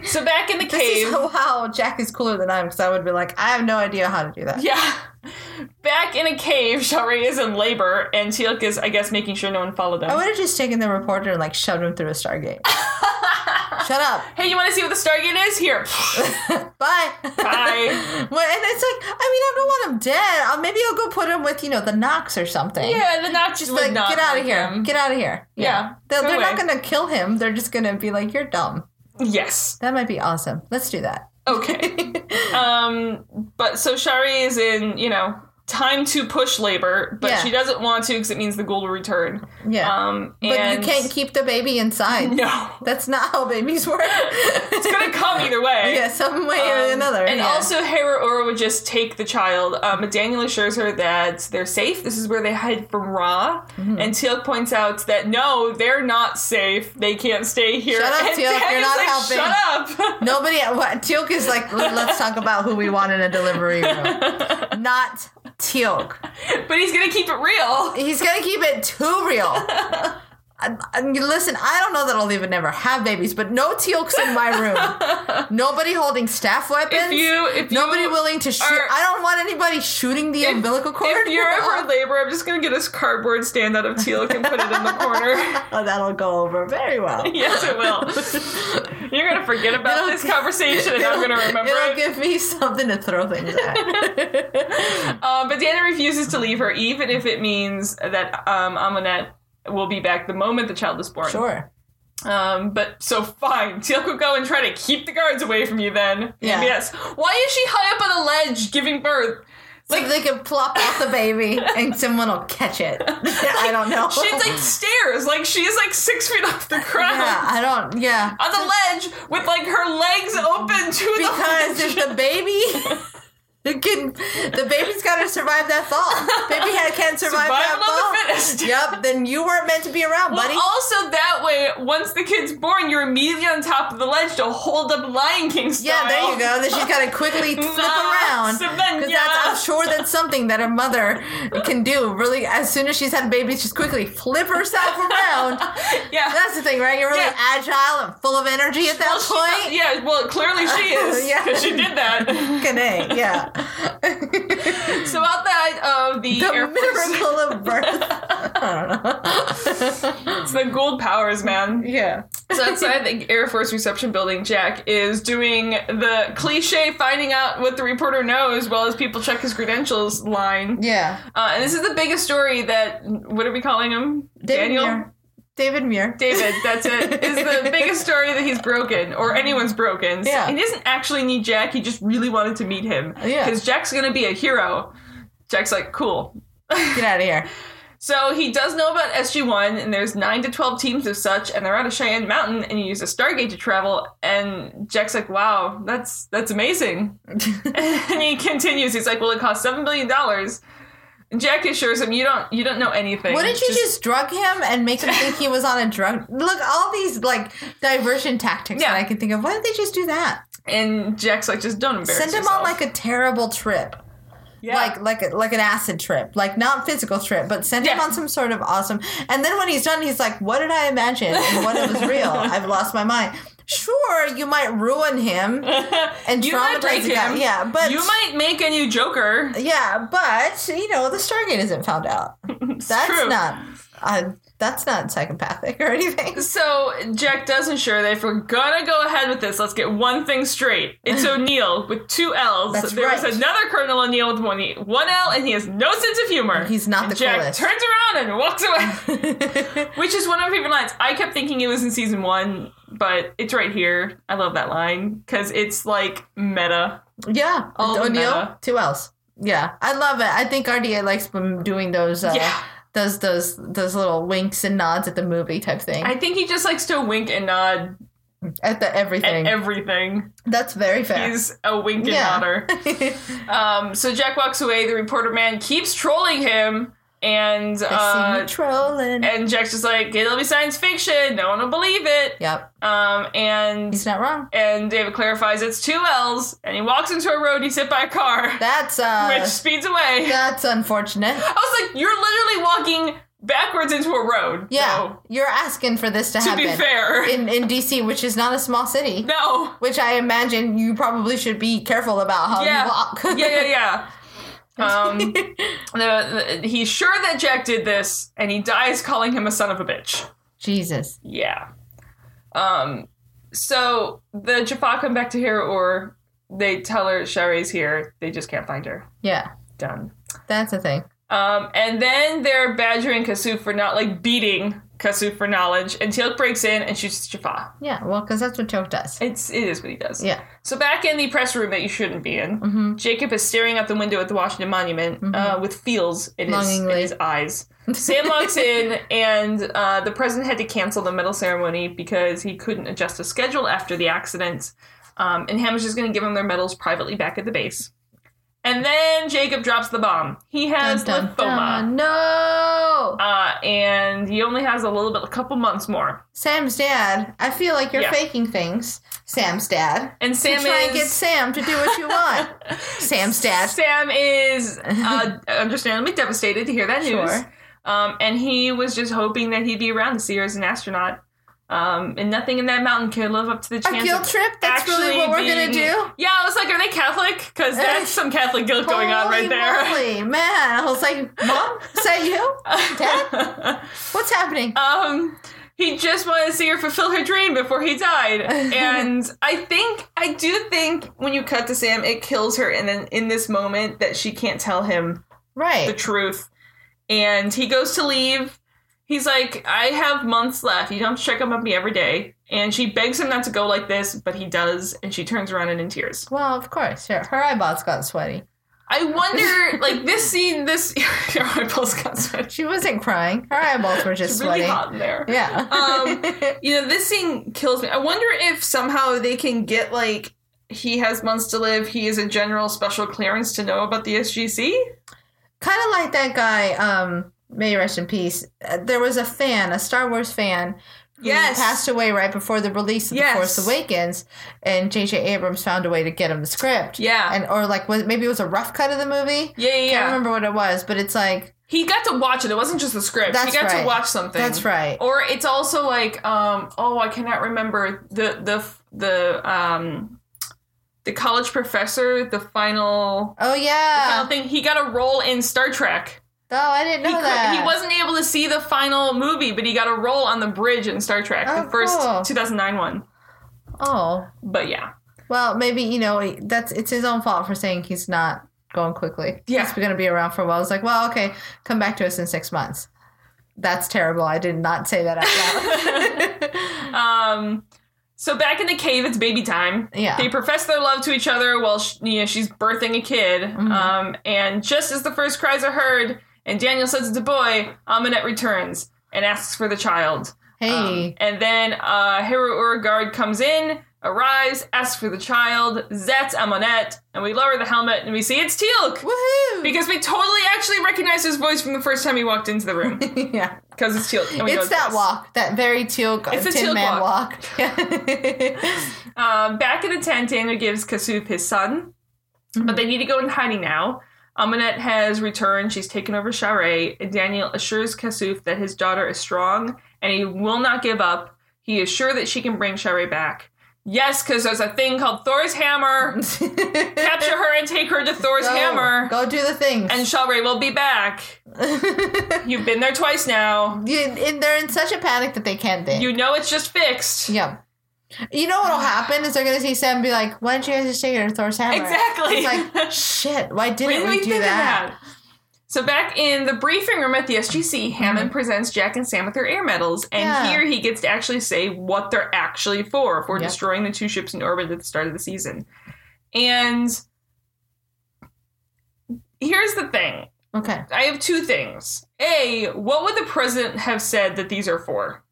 Speaker 1: so back in the
Speaker 2: this
Speaker 1: cave.
Speaker 2: is wow jack is cooler than i am because i would be like i have no idea how to do that
Speaker 1: Yeah. Back in a cave, Shari is in labor, and Teal'c is, I guess, making sure no one followed them.
Speaker 2: i would have just taken the reporter and like shoved him through a stargate shut up
Speaker 1: hey, you want to see what the Stargate is? Here.
Speaker 2: bye
Speaker 1: Bye.
Speaker 2: Well, and it's like i mean i don't want him dead I'll, maybe i'll go put him with you know the knox or something
Speaker 1: yeah, the Notch
Speaker 2: just
Speaker 1: would
Speaker 2: like
Speaker 1: not
Speaker 2: get out
Speaker 1: like
Speaker 2: of here
Speaker 1: him.
Speaker 2: get out of here
Speaker 1: Yeah,
Speaker 2: they're,
Speaker 1: go
Speaker 2: they're not
Speaker 1: away.
Speaker 2: gonna kill him they're just gonna be like you're dumb
Speaker 1: Yes.
Speaker 2: That might be awesome. Let's do that.
Speaker 1: Okay. um, but so Shari is in, you know, time to push labor, but
Speaker 2: Yeah.
Speaker 1: she doesn't want to because it means the ghoul will return.
Speaker 2: Yeah.
Speaker 1: Um,
Speaker 2: but
Speaker 1: and
Speaker 2: you can't keep the baby inside.
Speaker 1: No.
Speaker 2: That's not how babies work.
Speaker 1: It's gonna come either way.
Speaker 2: yeah, some way or
Speaker 1: Um,
Speaker 2: another.
Speaker 1: And
Speaker 2: yeah.
Speaker 1: also, Hera Ora would just take the child. Um, but Daniel assures her that they're safe. This is where they hide from Ra.
Speaker 2: Mm-hmm.
Speaker 1: And Teal'c points out that no, they're not safe. They can't stay here.
Speaker 2: Shut up,
Speaker 1: and
Speaker 2: Teal'c. You're
Speaker 1: Daniel's
Speaker 2: not
Speaker 1: like,
Speaker 2: helping.
Speaker 1: Shut up.
Speaker 2: nobody. What Teal'c is like. Let's talk about who we want in a delivery room. Not Teal'c.
Speaker 1: but he's gonna keep it real.
Speaker 2: He's gonna keep it too real. I, I, listen, I don't know that I'll even never have babies, but no teals in my room. Nobody holding staff weapons.
Speaker 1: If you- if you
Speaker 2: nobody willing to shoot.
Speaker 1: are-
Speaker 2: I don't want anybody shooting the umbilical cord.
Speaker 1: If you're ever in labor, I'm just gonna get this cardboard stand out of teal and put it in the corner.
Speaker 3: Oh, that'll go over very well.
Speaker 1: yes, it will. You're gonna forget about
Speaker 2: It'll
Speaker 1: this
Speaker 2: get-
Speaker 1: conversation, and I'm gonna remember
Speaker 2: It'll
Speaker 1: it.
Speaker 2: give me something to throw things at.
Speaker 1: Um, but Dana refuses to leave her, even if it means that um, Amunet will be back the moment the child is born.
Speaker 2: sure.
Speaker 1: Um, but so fine, Teal could go and try to keep the guards away from you. Then,
Speaker 2: Yeah.
Speaker 1: yes. Why is she high up on a ledge giving birth?
Speaker 2: Like they can plop off the baby and someone will catch it. I don't know.
Speaker 1: She's like stairs. Like she is like six feet off the ground.
Speaker 2: yeah, I don't. Yeah,
Speaker 1: On the ledge with like her legs open to
Speaker 2: because
Speaker 1: the
Speaker 2: if the baby it can the baby's got to survive that fall baby had can't survive
Speaker 1: survival of the
Speaker 2: that
Speaker 1: fittest.
Speaker 2: fall yep then you weren't meant to be around buddy
Speaker 1: Well, also that way, once the kid's born, you're immediately on top of the ledge to hold up Lion King style.
Speaker 2: yeah there you go then she's got to quickly flip
Speaker 1: Nah,
Speaker 2: around
Speaker 1: Savannah.
Speaker 2: because that's i'm sure that's something that a mother can do really as soon as she's had babies just quickly flip herself around
Speaker 1: Yeah.
Speaker 2: that's the thing right you're really
Speaker 1: Yeah.
Speaker 2: agile and full of energy at that
Speaker 1: Well, she- Uh,
Speaker 2: point
Speaker 1: yeah, well, clearly she is.
Speaker 2: Yeah.
Speaker 1: 'cause she did that.
Speaker 2: Fucking A, yeah.
Speaker 1: So out that of the,
Speaker 2: the
Speaker 1: Air Force,
Speaker 2: miracle of birth.
Speaker 1: it's the gold powers, man.
Speaker 2: Yeah.
Speaker 1: So outside the Air Force reception building, Jack is doing the cliche finding out what the reporter knows while his people check his credentials line.
Speaker 2: Yeah.
Speaker 1: Uh, and this is the biggest story that, what are we calling him? Daniel?
Speaker 2: Muir. David Muir.
Speaker 1: David, that's it, is the biggest story that he's broken or anyone's broken. So
Speaker 2: Yeah.
Speaker 1: He doesn't actually need Jack. He just really wanted to meet him.
Speaker 2: Yeah.
Speaker 1: Because Jack's going to be a hero. Jack's like, cool.
Speaker 2: Get out of here.
Speaker 1: So he does know about SG1, and there's 9 to 12 teams of such, and they're out of Cheyenne Mountain, and you use a Stargate to travel. And Jack's like, wow, that's that's amazing. and he continues. He's like, well, it costs $7 billion. And Jack assures him, you don't you don't know anything.
Speaker 2: Wouldn't you just, drug him and make him think he was on a drug? Look, all these like diversion tactics
Speaker 1: Yeah.
Speaker 2: that I can think of. Why don't they just do that?
Speaker 1: And Jack's like, just don't embarrass
Speaker 2: Send him
Speaker 1: yourself.
Speaker 2: on like a terrible trip.
Speaker 1: Yeah.
Speaker 2: Like like a, like an acid trip, like not physical trip, but send him
Speaker 1: Yeah.
Speaker 2: on some sort of awesome. And then when he's done, he's like, "What did I imagine? And what was real? I've lost my mind." Sure, you might ruin him and
Speaker 1: you might
Speaker 2: traumatize
Speaker 1: break
Speaker 2: the guy.
Speaker 1: him.
Speaker 2: Yeah, but
Speaker 1: you might make a new Joker.
Speaker 2: Yeah, but you know the Stargate isn't found out. That's
Speaker 1: true.
Speaker 2: not. Uh, that's not psychopathic or anything.
Speaker 1: So Jack does ensure that if we're gonna go ahead with this, let's get one thing straight. It's O'Neill with two L's.
Speaker 2: That's
Speaker 1: there
Speaker 2: right.
Speaker 1: was another Colonel O'Neill with one, E- one L, and he has no sense of humor.
Speaker 2: He's not
Speaker 1: And
Speaker 2: the
Speaker 1: Jack
Speaker 2: coolest.
Speaker 1: turns around and walks away, which is one of my favorite lines. I kept thinking it was in season one, but it's right here. I love that line because it's like meta.
Speaker 2: Yeah,
Speaker 1: All
Speaker 2: O'Neill,
Speaker 1: meta.
Speaker 2: two L's. Yeah, I love it. I think RDA likes them doing those. Uh,
Speaker 1: Yeah.
Speaker 2: Those those those little winks and nods at the movie type thing
Speaker 1: I think he just likes to wink and nod
Speaker 2: at the everything.
Speaker 1: at everything.
Speaker 2: that's very fair.
Speaker 1: He's a wink and
Speaker 2: Yeah.
Speaker 1: nodder. Um, so Jack walks away. The reporter man keeps trolling him, and
Speaker 2: I see
Speaker 1: uh,
Speaker 2: you trolling.
Speaker 1: and Jack's just like, "It'll be science fiction. No one will believe it."
Speaker 2: yep,
Speaker 1: Um, and
Speaker 2: he's not wrong.
Speaker 1: and David clarifies it's two L's, and he walks into a road. He's hit by a car,
Speaker 2: That's uh,
Speaker 1: which speeds away.
Speaker 2: that's unfortunate.
Speaker 1: I was like, "You're literally walking backwards into a road."
Speaker 2: Yeah,
Speaker 1: So,
Speaker 2: you're asking for this to,
Speaker 1: to
Speaker 2: happen
Speaker 1: be fair,
Speaker 2: in in DC, which is not a small city.
Speaker 1: no.
Speaker 2: which I imagine you probably should be careful about how
Speaker 1: Yeah.
Speaker 2: you walk.
Speaker 1: yeah, yeah, yeah. Um, the, the- he's sure that Jack did this, and he dies calling him a son of a bitch.
Speaker 2: Jesus.
Speaker 1: Yeah. Um. So the Jaffa come back to her, or they tell her Shari's here. They just can't find her.
Speaker 2: Yeah,
Speaker 1: Done.
Speaker 2: that's a thing.
Speaker 1: Um. And then they're badgering Kasuf for not like beating Kasuf for knowledge, and Teal'c breaks in and shoots Jaffa.
Speaker 2: Yeah, well, because that's what Choke does.
Speaker 1: It's it is what he does.
Speaker 2: Yeah. mm-hmm.
Speaker 1: So back in the press room that you shouldn't be in, Jacob is staring out the window at the Washington Monument uh, with feels in his, in
Speaker 2: Longingly.
Speaker 1: his eyes. Sam walks in, and uh, the president had to cancel the medal ceremony because he couldn't adjust his schedule after the accident. Um, and Ham is just going to give them their medals privately back at the base. And then Jacob drops the bomb. He has
Speaker 2: Dun, dun,
Speaker 1: lymphoma,
Speaker 2: dun. No!
Speaker 1: Uh, and he only has a little bit, a couple months more.
Speaker 2: Sam's dad, I feel like you're
Speaker 1: Yeah.
Speaker 2: faking things. Sam's dad.
Speaker 1: And
Speaker 2: To
Speaker 1: Sam
Speaker 2: try
Speaker 1: is
Speaker 2: and get Sam to do what you want. Sam's dad.
Speaker 1: Sam is uh, understandably devastated to hear that news.
Speaker 2: Sure.
Speaker 1: Um, and he was just hoping that he'd be around to see her as an astronaut. Um, and nothing in that mountain could live up to the chance.
Speaker 2: A guilt
Speaker 1: of
Speaker 2: trip? That's really
Speaker 1: actually
Speaker 2: what we're
Speaker 1: being-
Speaker 2: gonna do?
Speaker 1: Yeah, I was like, are they Catholic? Because that's some Catholic guilt going on right
Speaker 2: Holy
Speaker 1: there.
Speaker 2: moly, man. I was like, Mom, is that you? Dad? What's happening?
Speaker 1: um, he just wanted to see her fulfill her dream before he died. And I think, I do think when you cut to Sam, it kills her. And then in this moment that she can't tell him the
Speaker 2: right.
Speaker 1: truth. And he goes to leave. He's like, I have months left. You don't have to check up on me every day. And she begs him not to go like this, but he does. And she turns around and in tears.
Speaker 2: Well, of course. Sure. Her eyeballs got sweaty.
Speaker 1: I wonder, like, this scene, this. Your eyeballs got sweaty.
Speaker 2: She wasn't crying. Her eyeballs were just
Speaker 1: It's really
Speaker 2: sweaty.
Speaker 1: hot in there.
Speaker 2: Yeah.
Speaker 1: Um, you know, this scene kills me. I wonder if somehow they can get, like, he has months to live. He is a general special clearance to know about the SGC.
Speaker 2: kind of like that guy um may he rest in peace Uh, there was a fan a star wars fan who
Speaker 1: Yes.
Speaker 2: passed away right before the release of
Speaker 1: Yes.
Speaker 2: the force awakens and jj abrams found a way to get him the script
Speaker 1: Yeah.
Speaker 2: and or like was, maybe it was a rough cut of the movie
Speaker 1: Yeah, yeah,
Speaker 2: can't
Speaker 1: yeah.
Speaker 2: remember what it was but it's like
Speaker 1: He got to watch it. It wasn't just the script.
Speaker 2: That's
Speaker 1: he got
Speaker 2: right.
Speaker 1: to watch something.
Speaker 2: That's right.
Speaker 1: Or it's also like, um, oh, I cannot remember the the the um the college professor. The final
Speaker 2: oh
Speaker 1: final
Speaker 2: yeah
Speaker 1: thing. He got a role in Star Trek.
Speaker 2: oh i didn't know
Speaker 1: He, could-
Speaker 2: that
Speaker 1: he wasn't able to see the final movie, but he got a role on the bridge in Star Trek,
Speaker 2: Oh,
Speaker 1: the first
Speaker 2: cool.
Speaker 1: 2009 one.
Speaker 2: oh
Speaker 1: But yeah,
Speaker 2: well maybe you know that's it's his own fault for saying he's not going quickly
Speaker 1: Yeah.
Speaker 2: he's gonna be around for a while it's like well okay come back to us in six months that's terrible i did not say that out loud
Speaker 1: Um, so back in the cave, it's baby time.
Speaker 2: Yeah.
Speaker 1: They profess their love to each other while sh you know, she's birthing a kid.
Speaker 2: Mm-hmm.
Speaker 1: Um, and just as the first cries are heard, and Daniel says it's a boy, Aminette returns and asks for the child. Um,
Speaker 2: hey
Speaker 1: and then uh, Hero Uragard comes in, arrives, asks for the child. That's Aminette, and we lower the helmet and we see it's Teal'c.
Speaker 2: Woohoo!
Speaker 1: Because we totally actually recognize his voice from the first time he walked into the room.
Speaker 2: yeah,
Speaker 1: Because it's Teal'c. and we know
Speaker 2: it's that
Speaker 1: us.
Speaker 2: walk, that very teal
Speaker 1: It's a
Speaker 2: Tin
Speaker 1: teal
Speaker 2: Man walk.
Speaker 1: walk.
Speaker 2: Yeah.
Speaker 1: Um, back in the tent, Daniel gives Kasuf his son, but they need to go in hiding now. Aminette has returned. She's taken over Share, and Daniel assures Kasuf that his daughter is strong and he will not give up. He is sure that she can bring Share back. Yes, because there's a thing called Thor's hammer. Capture her and take her to Thor's
Speaker 2: Go.
Speaker 1: hammer,
Speaker 2: Go do the things.
Speaker 1: and Share will be back. You've been there twice now.
Speaker 2: You- and they're in such a panic that they can't think.
Speaker 1: You know it's just fixed.
Speaker 2: yeah. You know what'll happen is they're gonna see Sam be like, "Why didn't you guys just take her to Thor's hammer?"
Speaker 1: Exactly.
Speaker 2: It's like, shit.
Speaker 1: Why
Speaker 2: Why didn't
Speaker 1: didn't
Speaker 2: we, do
Speaker 1: think of
Speaker 2: that?
Speaker 1: that? So back in the briefing room at the SGC, Hammond presents Jack and Sam with their air medals, and
Speaker 2: Yeah.
Speaker 1: here he gets to actually say what they're actually for for
Speaker 2: Yeah.
Speaker 1: destroying the two ships in orbit at the start of the season. And here's the thing:
Speaker 2: Okay.
Speaker 1: I have two things. A, what would the president have said that these are for?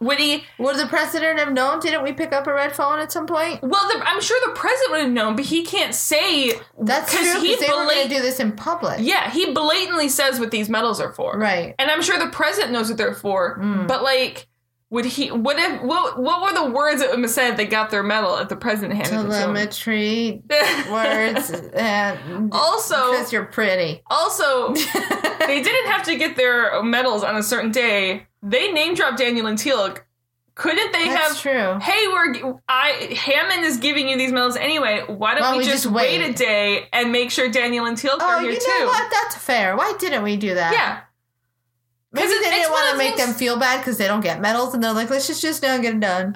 Speaker 1: Would he?
Speaker 2: Would the president have known? Didn't we pick up a red phone at some point?
Speaker 1: Well, the, I'm sure the president would have known, but he can't say.
Speaker 2: That's
Speaker 1: 'Cause
Speaker 2: true.
Speaker 1: he
Speaker 2: Because they were gonna
Speaker 1: believed-
Speaker 2: do this in public.
Speaker 1: Yeah, he blatantly says what these medals are for.
Speaker 2: Right.
Speaker 1: and I'm sure the president knows what they're for.
Speaker 2: Mm.
Speaker 1: But like, would he? What if? What? What were the words that would have said they got their medal if the president handed it
Speaker 2: Telemetry
Speaker 1: to him?
Speaker 2: words and
Speaker 1: also,
Speaker 2: because you're pretty.
Speaker 1: also, they didn't have to get their medals on a certain day. They name dropped Daniel and Teal'c. Couldn't they have?
Speaker 2: That's true.
Speaker 1: Hey, we're g- I Hammond is giving you these medals anyway. Why don't
Speaker 2: Why
Speaker 1: we, just, wait? a day and make sure Daniel and Teal'c
Speaker 2: Oh,
Speaker 1: are
Speaker 2: you
Speaker 1: here
Speaker 2: know
Speaker 1: too?
Speaker 2: what? That's fair. Why didn't we do that?
Speaker 1: Yeah,
Speaker 2: Maybe
Speaker 1: 'Cause
Speaker 2: they
Speaker 1: it- it's
Speaker 2: didn't
Speaker 1: one
Speaker 2: want
Speaker 1: of
Speaker 2: to
Speaker 1: the
Speaker 2: make them
Speaker 1: things-
Speaker 2: feel bad because they don't get medals, and they're like, let's just just now get it done.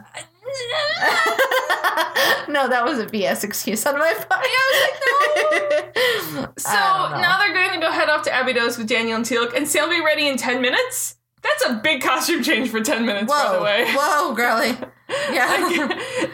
Speaker 2: no, that was a BS excuse on my part. I was like, no.
Speaker 1: So now they're going to go head off to Abydos with Daniel and Teal'c, and Sam will be ready in ten minutes. That's a big costume change for ten minutes,
Speaker 2: whoa,
Speaker 1: by the way.
Speaker 2: whoa, girly. Yeah.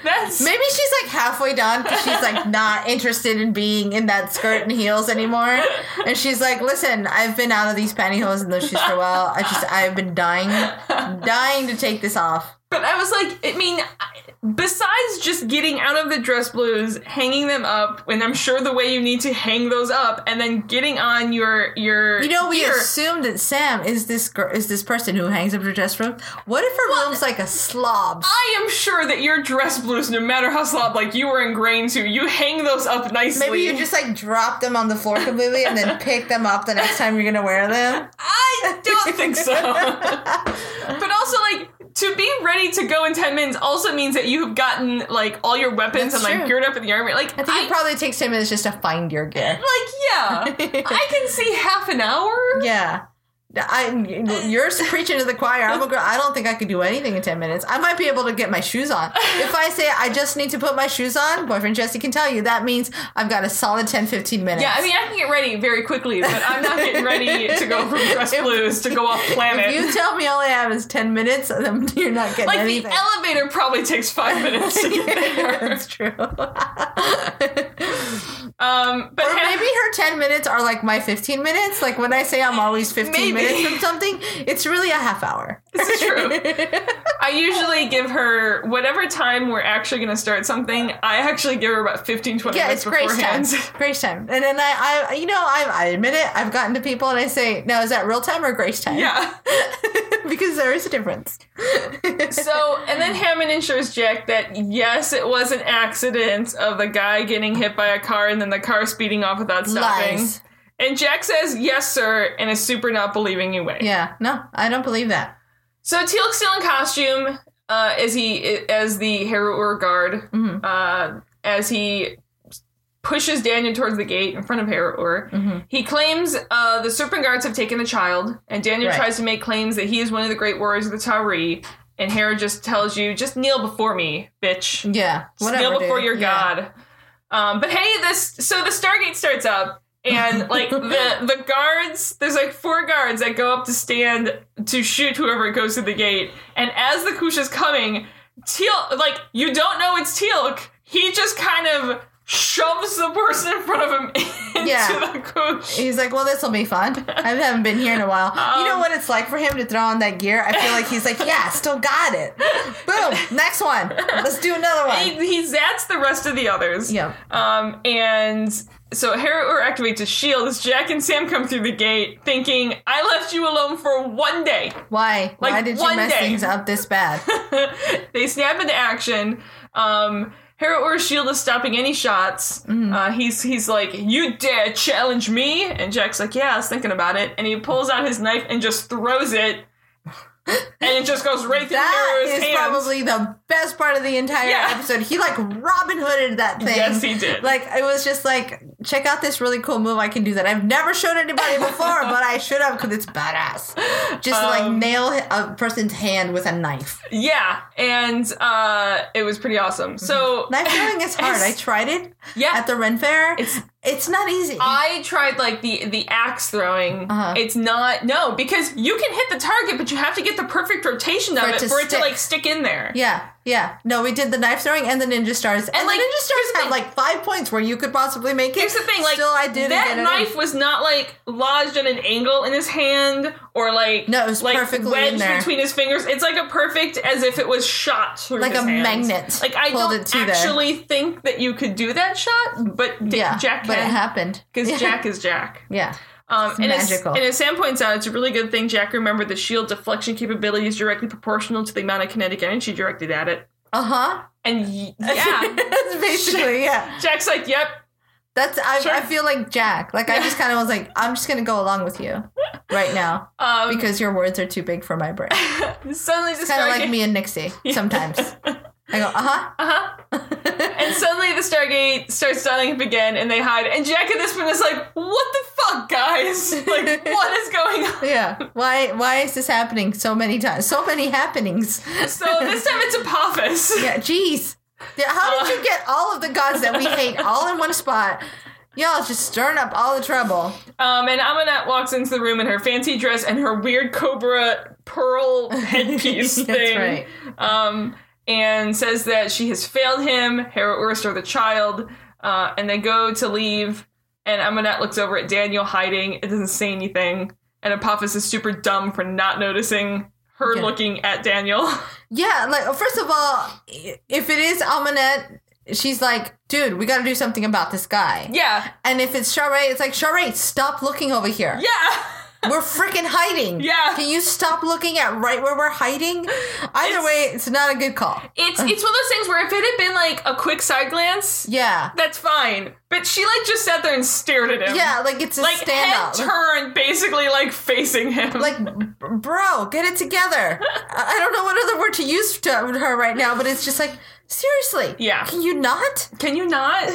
Speaker 1: That's
Speaker 2: Maybe she's like halfway done because she's like not interested in being in that skirt and heels anymore. And she's like, listen, I've been out of these pantyhose and those shoes for a while. I just, I've been dying, dying to take this off.
Speaker 1: But I was like, I mean, I- besides just getting out of the dress blues, hanging them up, and I'm sure the way you need to hang those up, and then getting on your your
Speaker 2: You know, we
Speaker 1: gear-
Speaker 2: assume that Sam is this girl, is this person who hangs up her dress room. What if her room's like a slob?
Speaker 1: I am sure that your dress blues, no matter how slob like you were ingrained to, you hang those up nicely.
Speaker 2: Maybe you just like drop them on the floor completely and then pick them up the next time you're gonna wear them.
Speaker 1: I don't think so. but also, like, to be ready to go in 10 minutes also means that you have gotten, like, all your weapons
Speaker 2: That's
Speaker 1: and,
Speaker 2: true.
Speaker 1: like, geared up in the army. Like,
Speaker 2: I think
Speaker 1: I,
Speaker 2: it probably takes ten minutes just to find your gear.
Speaker 1: like, yeah. I can see half an hour.
Speaker 2: Yeah. I, you're preaching to the choir. I'm a girl. I don't think I could do anything in ten minutes. I might be able to get my shoes on. If I say I just need to put my shoes on, boyfriend Jesse can tell you that means I've got a solid 10, 15 minutes.
Speaker 1: Yeah, I mean, I can get ready very quickly, but I'm not getting ready to go from dress blues to go off planet.
Speaker 2: if you tell me all I have is ten minutes, then you're not getting
Speaker 1: like,
Speaker 2: anything.
Speaker 1: the elevator probably takes five minutes to get there.
Speaker 2: That's true.
Speaker 1: Um, but
Speaker 2: or maybe her 10 minutes are like my 15 minutes. Like when I say I'm always 15
Speaker 1: Maybe.
Speaker 2: minutes from something, it's really a half hour.
Speaker 1: It's true. I usually give her whatever time we're actually going to start something. I actually give her about 15, 20
Speaker 2: Yeah, it's
Speaker 1: minutes
Speaker 2: grace time.
Speaker 1: beforehand.
Speaker 2: Grace time. And then I, I you know, I, I admit it. I've gotten to people and I say, now is that real time or grace time?
Speaker 1: yeah.
Speaker 2: because there is a difference.
Speaker 1: So, and then Hammond ensures Jack that yes, it was an accident of the guy getting hit by a car and then the car speeding off without stopping.
Speaker 2: Lies.
Speaker 1: And Jack says, yes, sir, in a super not believing you way.
Speaker 2: Yeah. No, I don't believe that.
Speaker 1: So Teal'c's still in costume uh, as he as the Harrower guard
Speaker 2: Mhm.
Speaker 1: uh, as he pushes Daniel towards the gate in front of Harrower.
Speaker 2: Mhm.
Speaker 1: He claims uh, the Serpent Guards have taken the child, and Daniel
Speaker 2: Right.
Speaker 1: tries to make claims that he is one of the great warriors of the Tauri. And Hera just tells you, just kneel before me, bitch.
Speaker 2: Yeah.
Speaker 1: Just
Speaker 2: Whatever.
Speaker 1: kneel before
Speaker 2: dude.
Speaker 1: your
Speaker 2: Yeah.
Speaker 1: god. Um, but hey, this so the Stargate starts up, and like the the guards, there's like four guards that go up to stand to shoot whoever goes through the gate. And as the Kush is coming, Teal like you don't know it's Teal'c. He just kind of shoves the person in front of him into
Speaker 2: Yeah.
Speaker 1: the Kush.
Speaker 2: He's like, well, this will be fun. I haven't been here in a while. you know
Speaker 1: Um,
Speaker 2: what it's like for him to throw on that gear? I feel like he's like, yeah, still got it. Boom, next one. Let's do another one.
Speaker 1: He, he zats the rest of the others.
Speaker 2: Yeah.
Speaker 1: Um, and so Harrower activates his shield as Jack and Sam come through the gate, thinking, I left you alone for one day.
Speaker 2: Why?
Speaker 1: Like,
Speaker 2: Why did you
Speaker 1: one
Speaker 2: mess
Speaker 1: day.
Speaker 2: things up this bad?
Speaker 1: they snap into action. Um, Harrower's shield is stopping any shots.
Speaker 2: Mm-hmm.
Speaker 1: Uh, he's he's like, You dare challenge me? And Jack's like, Yeah, I was thinking about it. And he pulls out his knife and just throws it. And it just goes right through
Speaker 2: That
Speaker 1: Harrower's
Speaker 2: is
Speaker 1: hands.
Speaker 2: probably the best part of the entire
Speaker 1: Yeah.
Speaker 2: episode. He like Robin Hooded that thing.
Speaker 1: Yes, he did.
Speaker 2: Like it was just like, check out this really cool move I can do that I've never shown anybody before, but I should have because it's badass. Just
Speaker 1: Um.
Speaker 2: like nail a person's hand with a knife.
Speaker 1: yeah. And uh, it was pretty awesome. So
Speaker 2: Mm-hmm. Knife throwing is hard. I tried it
Speaker 1: yeah.
Speaker 2: at the Ren Fair. It's it's not easy.
Speaker 1: I tried like the the axe throwing.
Speaker 2: Uh-huh.
Speaker 1: It's not no because you can hit the target, but you have to get the perfect rotation of
Speaker 2: For it
Speaker 1: it,
Speaker 2: to
Speaker 1: for it to
Speaker 2: stick.
Speaker 1: like stick in there.
Speaker 2: yeah, yeah. No, we did the knife throwing and the ninja stars, and,
Speaker 1: like,
Speaker 2: the ninja
Speaker 1: here's
Speaker 2: stars
Speaker 1: the
Speaker 2: have
Speaker 1: thing.
Speaker 2: like five points where you could possibly make it.
Speaker 1: Here's the thing, like
Speaker 2: still, I did
Speaker 1: that
Speaker 2: get it
Speaker 1: knife
Speaker 2: in.
Speaker 1: was not like lodged at an angle in his hand or like
Speaker 2: No, it was
Speaker 1: like
Speaker 2: perfectly in
Speaker 1: wedged
Speaker 2: there.
Speaker 1: between his fingers. It's like a perfect as if it was shot through
Speaker 2: Like
Speaker 1: his
Speaker 2: a
Speaker 1: hands.
Speaker 2: magnet
Speaker 1: Like I
Speaker 2: pulled
Speaker 1: don't
Speaker 2: it to there.
Speaker 1: actually think that you could do that shot, but D-
Speaker 2: yeah,
Speaker 1: Jack
Speaker 2: but it
Speaker 1: can
Speaker 2: happened
Speaker 1: because
Speaker 2: yeah.
Speaker 1: Jack is Jack.
Speaker 2: Yeah,
Speaker 1: Um, and, as,
Speaker 2: magical.
Speaker 1: and as Sam points out, it's a really good thing Jack remembered the shield deflection capability is directly proportional to the amount of kinetic energy directed at it.
Speaker 2: uh huh.
Speaker 1: And y- yeah,
Speaker 2: that's basically yeah.
Speaker 1: Jack's like, "Yep,
Speaker 2: That's I,
Speaker 1: Sure.
Speaker 2: I feel like Jack. Like I just kind of was like, I'm just gonna go along with you right now
Speaker 1: um,
Speaker 2: because your words are too big for my brain.
Speaker 1: suddenly the
Speaker 2: Kind of
Speaker 1: Stargate,
Speaker 2: like me and Nixie sometimes. I go, uh huh.
Speaker 1: Uh-huh. and suddenly the Stargate starts dialing up again, and they hide. And Jack at this point is like, "What the fuck, guys? Like, what is going on?"
Speaker 2: Yeah. Why why is this happening so many times? So many happenings.
Speaker 1: So this time it's Apophis.
Speaker 2: Yeah, jeez. Yeah, How did you get all of the gods that we hate all in one spot? Y'all just stirring up all the trouble.
Speaker 1: Um, and Amanat walks into the room in her fancy dress and her weird cobra pearl headpiece
Speaker 2: That's
Speaker 1: thing.
Speaker 2: right.
Speaker 1: Um, and says that she has failed him, Hera Urster, the child. Uh, and they go to leave, and Amanat looks over at Daniel hiding. It doesn't say anything. And Apophis is super dumb for not noticing her
Speaker 2: Yeah.
Speaker 1: looking at Daniel.
Speaker 2: Yeah, like first of all, i- if it is Almanet, she's like, dude, we gotta do something about this guy.
Speaker 1: Yeah.
Speaker 2: And if it's Charade, it's like, Charade, stop looking over here.
Speaker 1: Yeah.
Speaker 2: We're freaking hiding.
Speaker 1: Yeah.
Speaker 2: Can you stop looking at right where we're hiding? Either
Speaker 1: It's-
Speaker 2: way, it's not a good call.
Speaker 1: It's it's one of those things where if it had been like a quick side glance,
Speaker 2: Yeah.
Speaker 1: that's fine. But she like just sat there and stared at him.
Speaker 2: Yeah, like it's a
Speaker 1: Like
Speaker 2: stand
Speaker 1: head
Speaker 2: up.
Speaker 1: turned, basically like facing him.
Speaker 2: Like, b- bro, get it together. I I don't know what other word to use to her right now, but it's just like, seriously.
Speaker 1: Yeah.
Speaker 2: Can you not?
Speaker 1: Can you not?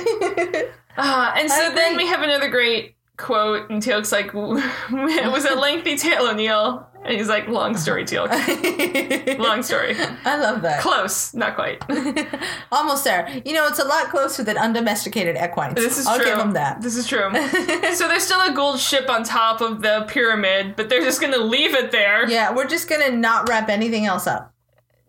Speaker 1: uh, and so then
Speaker 2: agree.
Speaker 1: we have another great quote, and Teal'c's like, "It was a lengthy tale, O'Neill," and he's like, "Long story, Teal'c.
Speaker 2: I
Speaker 1: Long story.
Speaker 2: love that.
Speaker 1: Close, not quite."
Speaker 2: Almost there. You know, it's a lot closer than undomesticated equines.
Speaker 1: This is
Speaker 2: I'll
Speaker 1: true.
Speaker 2: give them that.
Speaker 1: This is true. so there's still a gold ship on top of the pyramid, but they're just gonna leave it there.
Speaker 2: yeah, we're just gonna not wrap anything else up.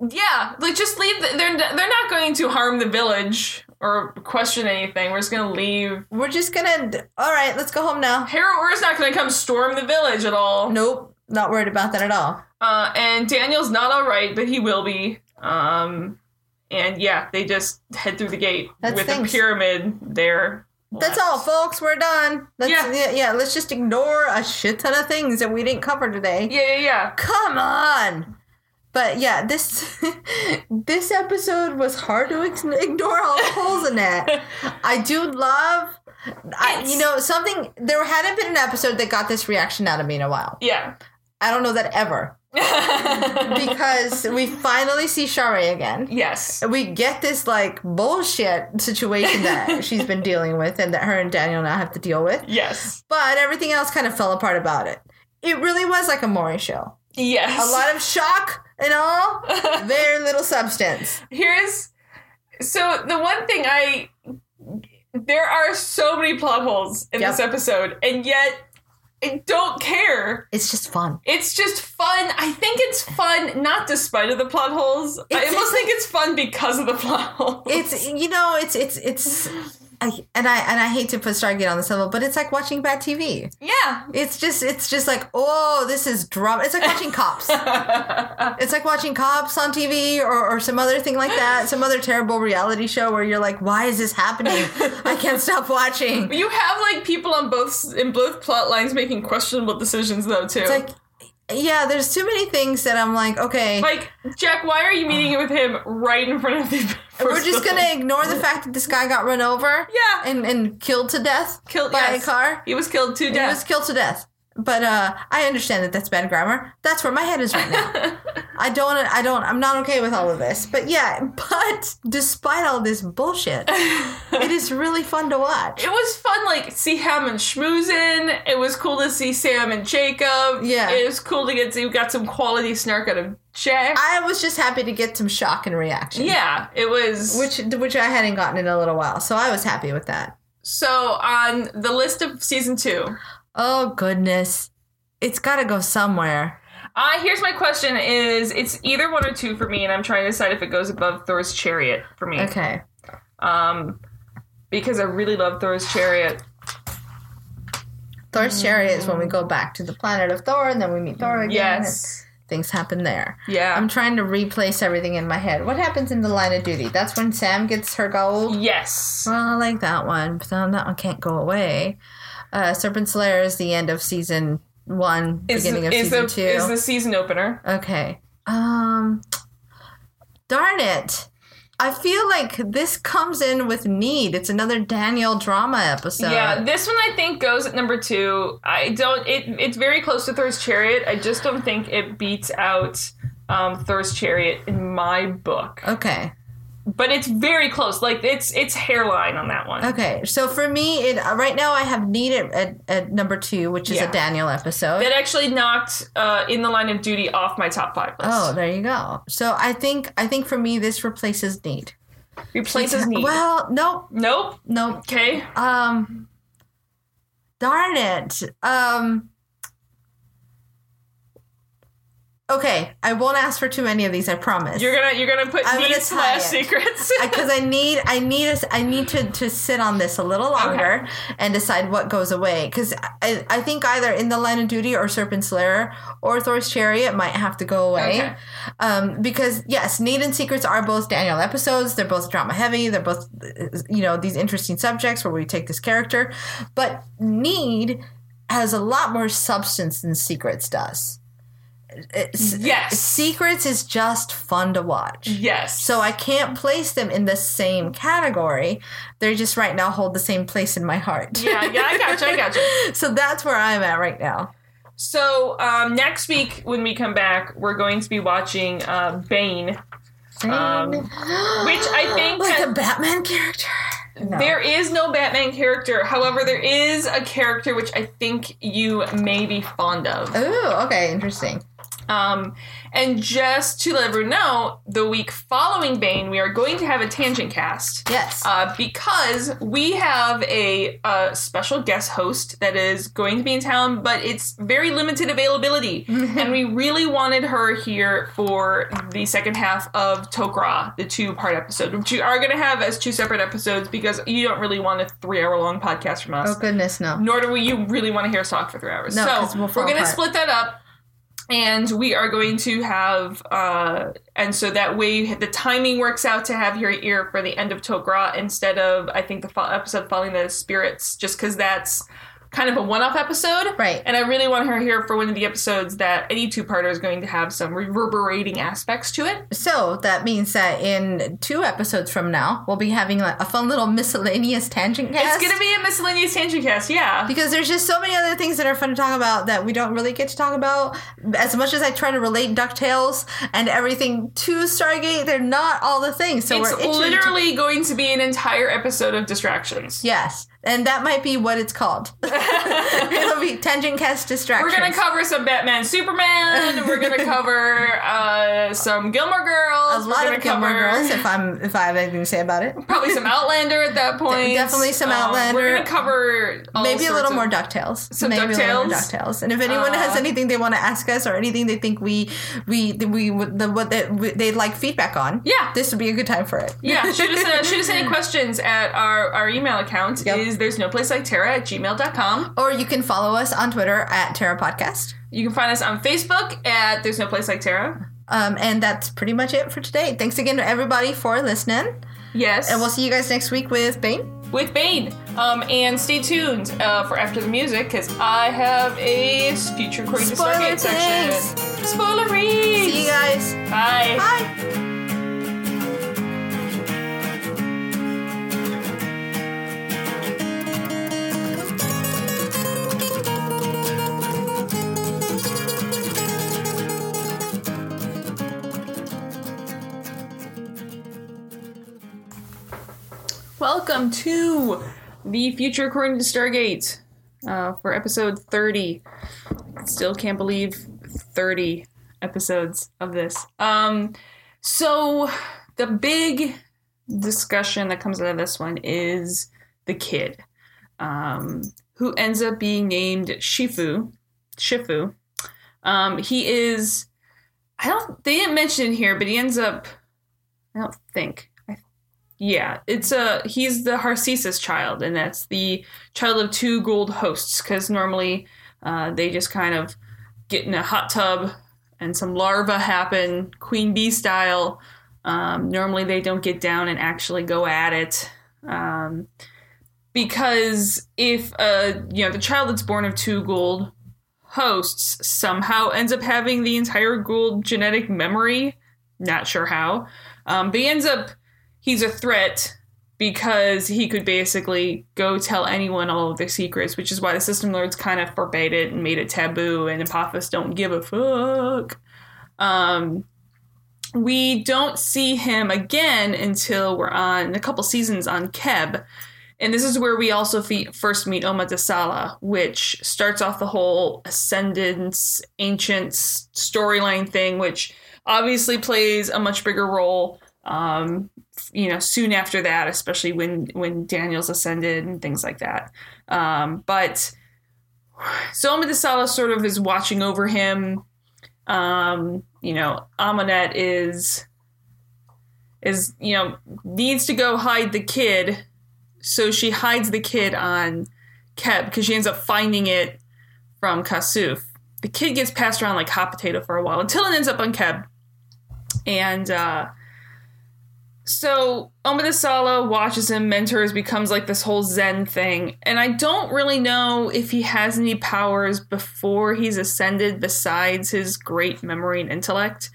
Speaker 1: Yeah, like just leave. The, they're they're not going to harm the village or question anything. We're just gonna leave.
Speaker 2: We're just gonna. d- All right, let's go home now.
Speaker 1: Hera Orr's not gonna come storm the village at all.
Speaker 2: Nope, not worried about that at all.
Speaker 1: Uh, and Daniel's not all right, but he will be. Um, and yeah, they just head through the gate
Speaker 2: That's
Speaker 1: with
Speaker 2: things.
Speaker 1: a pyramid there.
Speaker 2: That's all, folks. We're done. Let's,
Speaker 1: Yeah.
Speaker 2: yeah. yeah, Let's just ignore a shit ton of things that we didn't cover today.
Speaker 1: Yeah, yeah, yeah.
Speaker 2: Come on. But yeah, this this episode was hard to ex- ignore all the holes in that. I do love, I, you
Speaker 1: It's-
Speaker 2: know, something. There hadn't been an episode that got this reaction out of me in a while.
Speaker 1: Yeah.
Speaker 2: I don't know that ever because we finally see Shari again.
Speaker 1: yes.
Speaker 2: We get this like bullshit situation that she's been dealing with and that her and Daniel now have to deal with.
Speaker 1: Yes.
Speaker 2: But everything else kind of fell apart about it. It really was like a Maury show.
Speaker 1: Yes.
Speaker 2: A lot of shock and all, very little substance.
Speaker 1: Here's so the one thing I there are so many plot holes in
Speaker 2: Yep.
Speaker 1: this episode, and yet I don't care.
Speaker 2: It's just fun.
Speaker 1: It's just fun. I think it's fun, not despite of the plot holes. I
Speaker 2: It's-
Speaker 1: almost
Speaker 2: it's
Speaker 1: think it's fun because of the plot holes.
Speaker 2: It's you know, it's it's it's. I, and I and I hate to put Stargate on this level, but it's like watching bad TV.
Speaker 1: yeah.
Speaker 2: It's just it's just like oh, this is drama. It's like watching Cops. It's like watching Cops on TV or, or some other thing like that, some other terrible reality show where you're like, why is this happening? I can't stop watching.
Speaker 1: You have like people on both in both plot lines making questionable decisions though too.
Speaker 2: It's like, yeah, there's too many things that I'm like, okay,
Speaker 1: Like, Jack, why are you meeting with him right in front of the?
Speaker 2: we're just gonna ignore the fact that this guy got run over,
Speaker 1: Yeah.
Speaker 2: and and killed to death,
Speaker 1: Killed-
Speaker 2: by
Speaker 1: yes.
Speaker 2: a car.
Speaker 1: He was killed to
Speaker 2: He
Speaker 1: death.
Speaker 2: was killed to death. But uh, I understand that that's bad grammar. That's where my head is right now. I don't. I don't. I'm not okay with all of this. But yeah. But despite all this bullshit, it is really fun to watch.
Speaker 1: it was fun, like see Ham and schmoozin. It was cool to see Sam and Jacob.
Speaker 2: Yeah.
Speaker 1: it was cool to get to. We got some quality snark out of Jack.
Speaker 2: I was just happy to get some shock and reaction.
Speaker 1: yeah, it was.
Speaker 2: Which which I hadn't gotten in a little while, so I was happy with that.
Speaker 1: so on the list of season two,
Speaker 2: Oh goodness, it's got to go somewhere.
Speaker 1: uh, here's my question: Is it's either one or two for me, and I'm trying to decide if it goes above Thor's chariot for me.
Speaker 2: Okay.
Speaker 1: Um, because I really love Thor's chariot.
Speaker 2: Thor's chariot is when we go back to the planet of Thor, and then we meet Thor again.
Speaker 1: Yes.
Speaker 2: and Things happen there.
Speaker 1: Yeah.
Speaker 2: I'm trying to replace everything in my head. What happens in the line of duty? That's when Sam gets her gold.
Speaker 1: yes.
Speaker 2: Well, I like that one, but then that one can't go away. Uh, Serpent Slayer is the end of season one, beginning of season
Speaker 1: the,
Speaker 2: two.
Speaker 1: Is the season opener?
Speaker 2: Okay. Um darn it. I feel like this comes in with need. It's another Daniel drama episode.
Speaker 1: yeah, this one I think goes at number two. I don't. It it's very close to Thor's Chariot. I just don't think it beats out um, Thor's Chariot in my book.
Speaker 2: Okay.
Speaker 1: But it's very close. Like it's it's hairline on that one.
Speaker 2: Okay. So for me, it right now I have need at, at, at number two, which is
Speaker 1: Yeah.
Speaker 2: a Daniel episode.
Speaker 1: That actually knocked uh, in the line of duty off my top five list.
Speaker 2: oh, there you go. So I think I think for me this replaces need.
Speaker 1: replaces need.
Speaker 2: Well, nope,
Speaker 1: nope.
Speaker 2: nope.
Speaker 1: Okay.
Speaker 2: Um, darn it. Um, Okay, I won't ask for too many of these. I promise.
Speaker 1: You're gonna you're gonna put
Speaker 2: I'm gonna
Speaker 1: needs slash
Speaker 2: tie it.
Speaker 1: secrets.
Speaker 2: because I need I need us I need to to sit on this a little longer and decide what goes away because I, I think either in the line of duty or Serpent Slayer or Thor's Chariot might have to go away
Speaker 1: Okay.
Speaker 2: um, because yes Need and Secrets are both Daniel episodes they're both drama heavy they're both you know these interesting subjects where we take this character but Need has a lot more substance than Secrets does. It's-
Speaker 1: Yes.
Speaker 2: Secrets is just fun to watch.
Speaker 1: yes.
Speaker 2: So I can't place them in the same category. They're just right now hold the same place in my heart.
Speaker 1: yeah, yeah, I gotcha, I gotcha.
Speaker 2: so that's where I'm at right now.
Speaker 1: So um, next week when we come back, we're going to be watching uh, Bane, um, which I think
Speaker 2: like
Speaker 1: that-
Speaker 2: the Batman character. No.
Speaker 1: There is no Batman character. However, there is a character which I think you may be fond of.
Speaker 2: Ooh, okay, interesting.
Speaker 1: Um, and just to let everyone know, the week following Bane, we are going to have a tangent cast.
Speaker 2: Yes.
Speaker 1: Uh, because we have a, uh special guest host that is going to be in town, but it's very limited availability. and we really wanted her here for the second half of Tokra, the two part episode, which you are going to have as two separate episodes because you don't really want a three hour long podcast from us
Speaker 2: oh goodness, no.
Speaker 1: nor do we, you really want to hear us talk for three hours.
Speaker 2: No, 'cause
Speaker 1: so
Speaker 2: we'll fall
Speaker 1: we're going to
Speaker 2: apart.
Speaker 1: split that up, and we are going to have, uh, and so that way the timing works out to have your ear for the end of Togra instead of I think the fo- episode following the spirits, just because that's kind of a one-off episode,
Speaker 2: Right.
Speaker 1: And I really want her here for one of the episodes that any two-parter is going to have some reverberating aspects to it.
Speaker 2: So that means that in two episodes from now, we'll be having like a fun little miscellaneous tangent cast.
Speaker 1: It's going to be a miscellaneous tangent cast, yeah.
Speaker 2: because there's just so many other things that are fun to talk about that we don't really get to talk about. As much as I try to relate Ducktales and everything to Stargate, they're not all the things. So
Speaker 1: it's
Speaker 2: we're itching to-
Speaker 1: literally going to be an entire episode of distractions.
Speaker 2: yes, and that might be what it's called. It'll be tangent cast distractions.
Speaker 1: We're gonna cover some Batman, Superman. We're gonna cover uh, some Gilmore Girls.
Speaker 2: a
Speaker 1: We're
Speaker 2: lot
Speaker 1: gonna
Speaker 2: of Gilmore
Speaker 1: cover
Speaker 2: Girls. If I'm if I have anything to say about it,
Speaker 1: Probably some Outlander at that point.
Speaker 2: Definitely some
Speaker 1: Um,
Speaker 2: Outlander.
Speaker 1: we're gonna cover all
Speaker 2: maybe a
Speaker 1: sorts
Speaker 2: little
Speaker 1: of-
Speaker 2: more Ducktales.
Speaker 1: Some
Speaker 2: maybe a little more
Speaker 1: DuckTales.
Speaker 2: Ducktales. And if anyone has
Speaker 1: Uh,
Speaker 2: anything they want to ask us or anything they think we we we, would the, what they, we, they'd like feedback on,
Speaker 1: Yeah.
Speaker 2: this would be a good time for it.
Speaker 1: yeah, shoot us, uh, shoot us any questions at our, our email account
Speaker 2: Yep.
Speaker 1: is there's no place like Tara at gmail.com.
Speaker 2: Or you can follow us on Twitter at Terra Podcast.
Speaker 1: You can find us on Facebook at there's no place like Tara.
Speaker 2: Um, and that's pretty much it for today. Thanks again to everybody for listening.
Speaker 1: Yes,
Speaker 2: And we'll see you guys next week with Bane.
Speaker 1: with Bane. Um, and stay tuned uh, for after the music because I have a future according to
Speaker 2: Spoiler
Speaker 1: Stargate
Speaker 2: things.
Speaker 1: section. Spoileries.
Speaker 2: See you guys.
Speaker 1: Bye.
Speaker 2: Bye.
Speaker 1: Welcome to the future according to Stargate uh, for episode 30. Still can't believe 30 episodes of this. Um, so, the big discussion that comes out of this one is the kid, um, who ends up being named Shifu. Shifu. Um, he is. I don't. They didn't mention it here, but he ends up. I don't think. I yeah, it's a he's the Harcesis child, and that's the child of two gold hosts. Because normally, uh, they just kind of get in a hot tub, and some larvae happen, queen bee style. Um, normally, they don't get down and actually go at it, um, because if uh, you know the child that's born of two gold hosts somehow ends up having the entire gold genetic memory, not sure how, um, but he ends up he's a threat because he could basically go tell anyone all of their secrets, which is why the system lords kind of forbade it and made it taboo, and Apophis don't give a fuck. Um, we don't see him again until we're on a couple seasons on Keb. And this is where we also fe- first meet Oma Desala, which starts off the whole ascendance, ancients storyline thing, which obviously plays a much bigger role um, you know soon after that especially when when daniel's ascended and things like that um but so Amidasala sort of is watching over him Um, you know, Amonette is is you know needs to go hide the kid, so she hides the kid on Keb because she ends up finding it from Kasuf. The kid gets passed around like hot potato for a while until it ends up on Keb, and uh, so Omadasala watches him, mentors, becomes like this whole Zen thing. And I don't really know if he has any powers before he's ascended besides his great memory and intellect.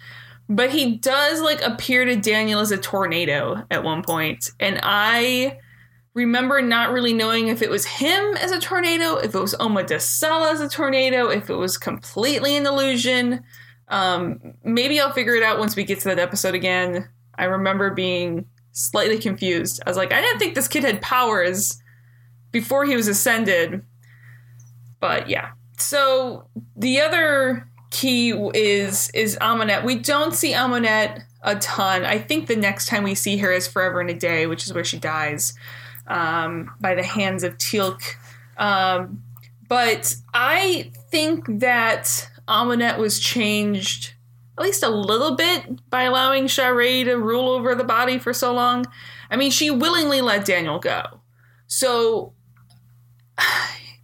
Speaker 1: But he does like appear to Daniel as a tornado at one point. And I remember not really knowing if it was him as a tornado, if it was Omadasala as a tornado, if it was completely an illusion. Um, maybe I'll figure it out once we get to that episode again. I remember being slightly confused. I was like, I didn't think this kid had powers before he was ascended. But yeah. So the other key is is Amonette. We don't see Amonette a ton. I think the next time we see her is Forever in a Day, which is where she dies um, by the hands of Teal'c. Um, but I think that Amonette was changed at least a little bit by allowing Shiree to rule over the body for so long. I mean, she willingly let Daniel go. So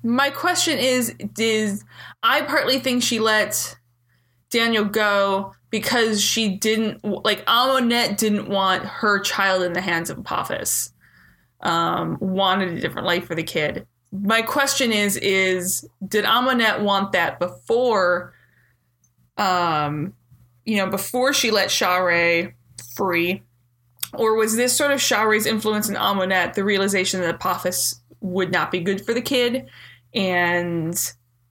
Speaker 1: my question is is I partly think she let Daniel go because she didn't like Amonette didn't want her child in the hands of Apophis. Um, wanted a different life for the kid. My question is is did Amonette want that before um you know, before she let Share free? Or was this sort of Share's influence in Amonette the realization that Apophis would not be good for the kid? And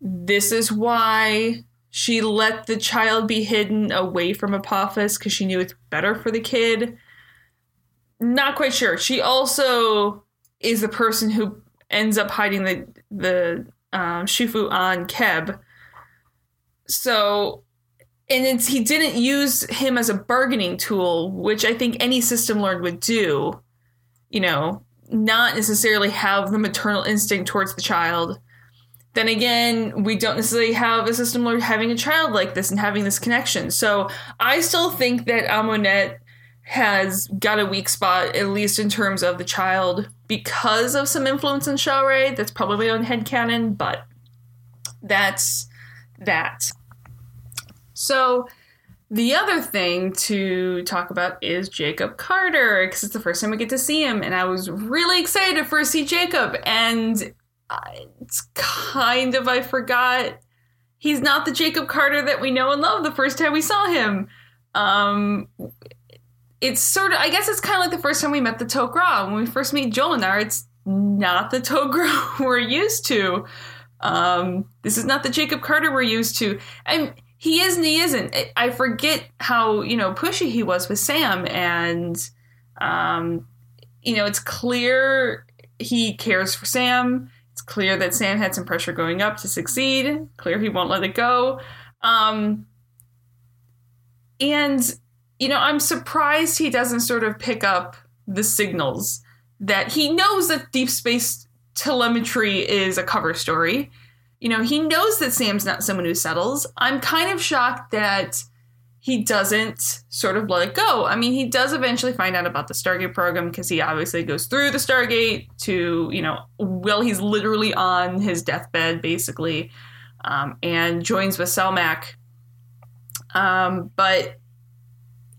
Speaker 1: this is why she let the child be hidden away from Apophis because she knew it's better for the kid. Not quite sure. She also is the person who ends up hiding the the um, Shufu on Keb. So and it's he didn't use him as a bargaining tool, which I think any system learned would do. You know, not necessarily have the maternal instinct towards the child. Then again, we don't necessarily have a system learned having a child like this and having this connection. So I still think that Amonette has got a weak spot, at least in terms of the child, because of some influence in Shawray. That's probably on headcanon, but that's that. So the other thing to talk about is Jacob Carter because it's the first time we get to see him, and I was really excited to first see Jacob, and I- it's kind of I forgot he's not the Jacob Carter that we know and love the first time we saw him. Um, it's sort of I guess it's kind of like the first time we met the Togra when we first meet Jolinar. It's not the Togra we're used to. Um, this is not the Jacob Carter we're used to, and he is and he isn't. I- I forget how you know pushy he was with Sam, and um, you know it's clear he cares for Sam. It's clear that Sam had some pressure going up to succeed. Clear he won't let it go. Um, and you know I'm surprised he doesn't sort of pick up the signals that he knows that deep space telemetry is a cover story you know, he knows that Sam's not someone who settles. I'm kind of shocked that he doesn't sort of let it go. I mean, he does eventually find out about the Stargate program because he obviously goes through the Stargate to, you know, well, he's literally on his deathbed basically, um, and joins with Selmac. Um, but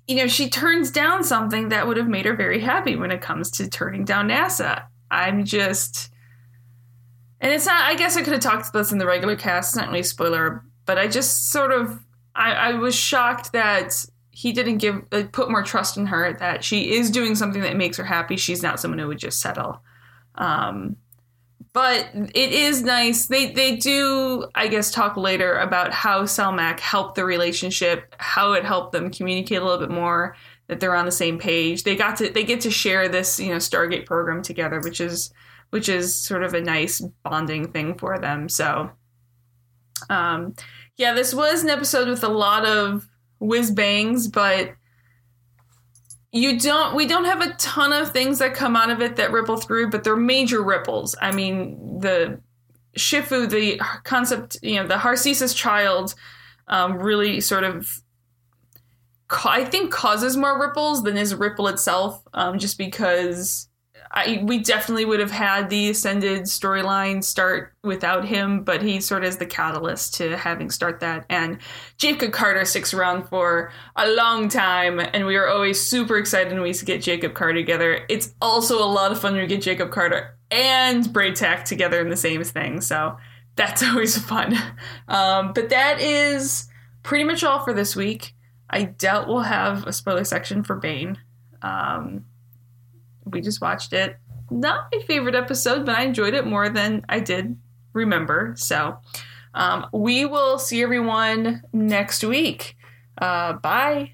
Speaker 1: you know, she turns down something that would have made her very happy when it comes to turning down NASA. I'm just. And it's not, I guess I could have talked about this in the regular cast. It's not really a spoiler, but I just sort of, I, I was shocked that he didn't give, uh, put more trust in her, that she is doing something that makes her happy. She's not someone who would just settle. Um, but it is nice. They, they do, I guess, talk later about how Selmac helped the relationship, how it helped them communicate a little bit more, that they're on the same page. They got to, they get to share this, you know, Stargate program together, which is, which is sort of a nice bonding thing for them. So, um, yeah, this was an episode with a lot of whiz bangs, but you don't we don't have a ton of things that come out of it that ripple through, but they're major ripples. I mean, the Shifu, the concept, you know, the Harcesis child um, really sort of ca- I think causes more ripples than is ripple itself, um, just because I, we definitely would have had the ascended storyline start without him, but he sort of is the catalyst to having start that. And Jacob Carter sticks around for a long time, and we were always super excited when we used to get Jacob Carter together. It's also a lot of fun when we get Jacob Carter and Braytac together in the same thing, so that's always fun. Um, but that is pretty much all for this week. I doubt we'll have a spoiler section for Bane. Um, we just watched it. Not my favorite episode, but I enjoyed it more than I did remember. So um, we will see everyone next week. Uh, bye.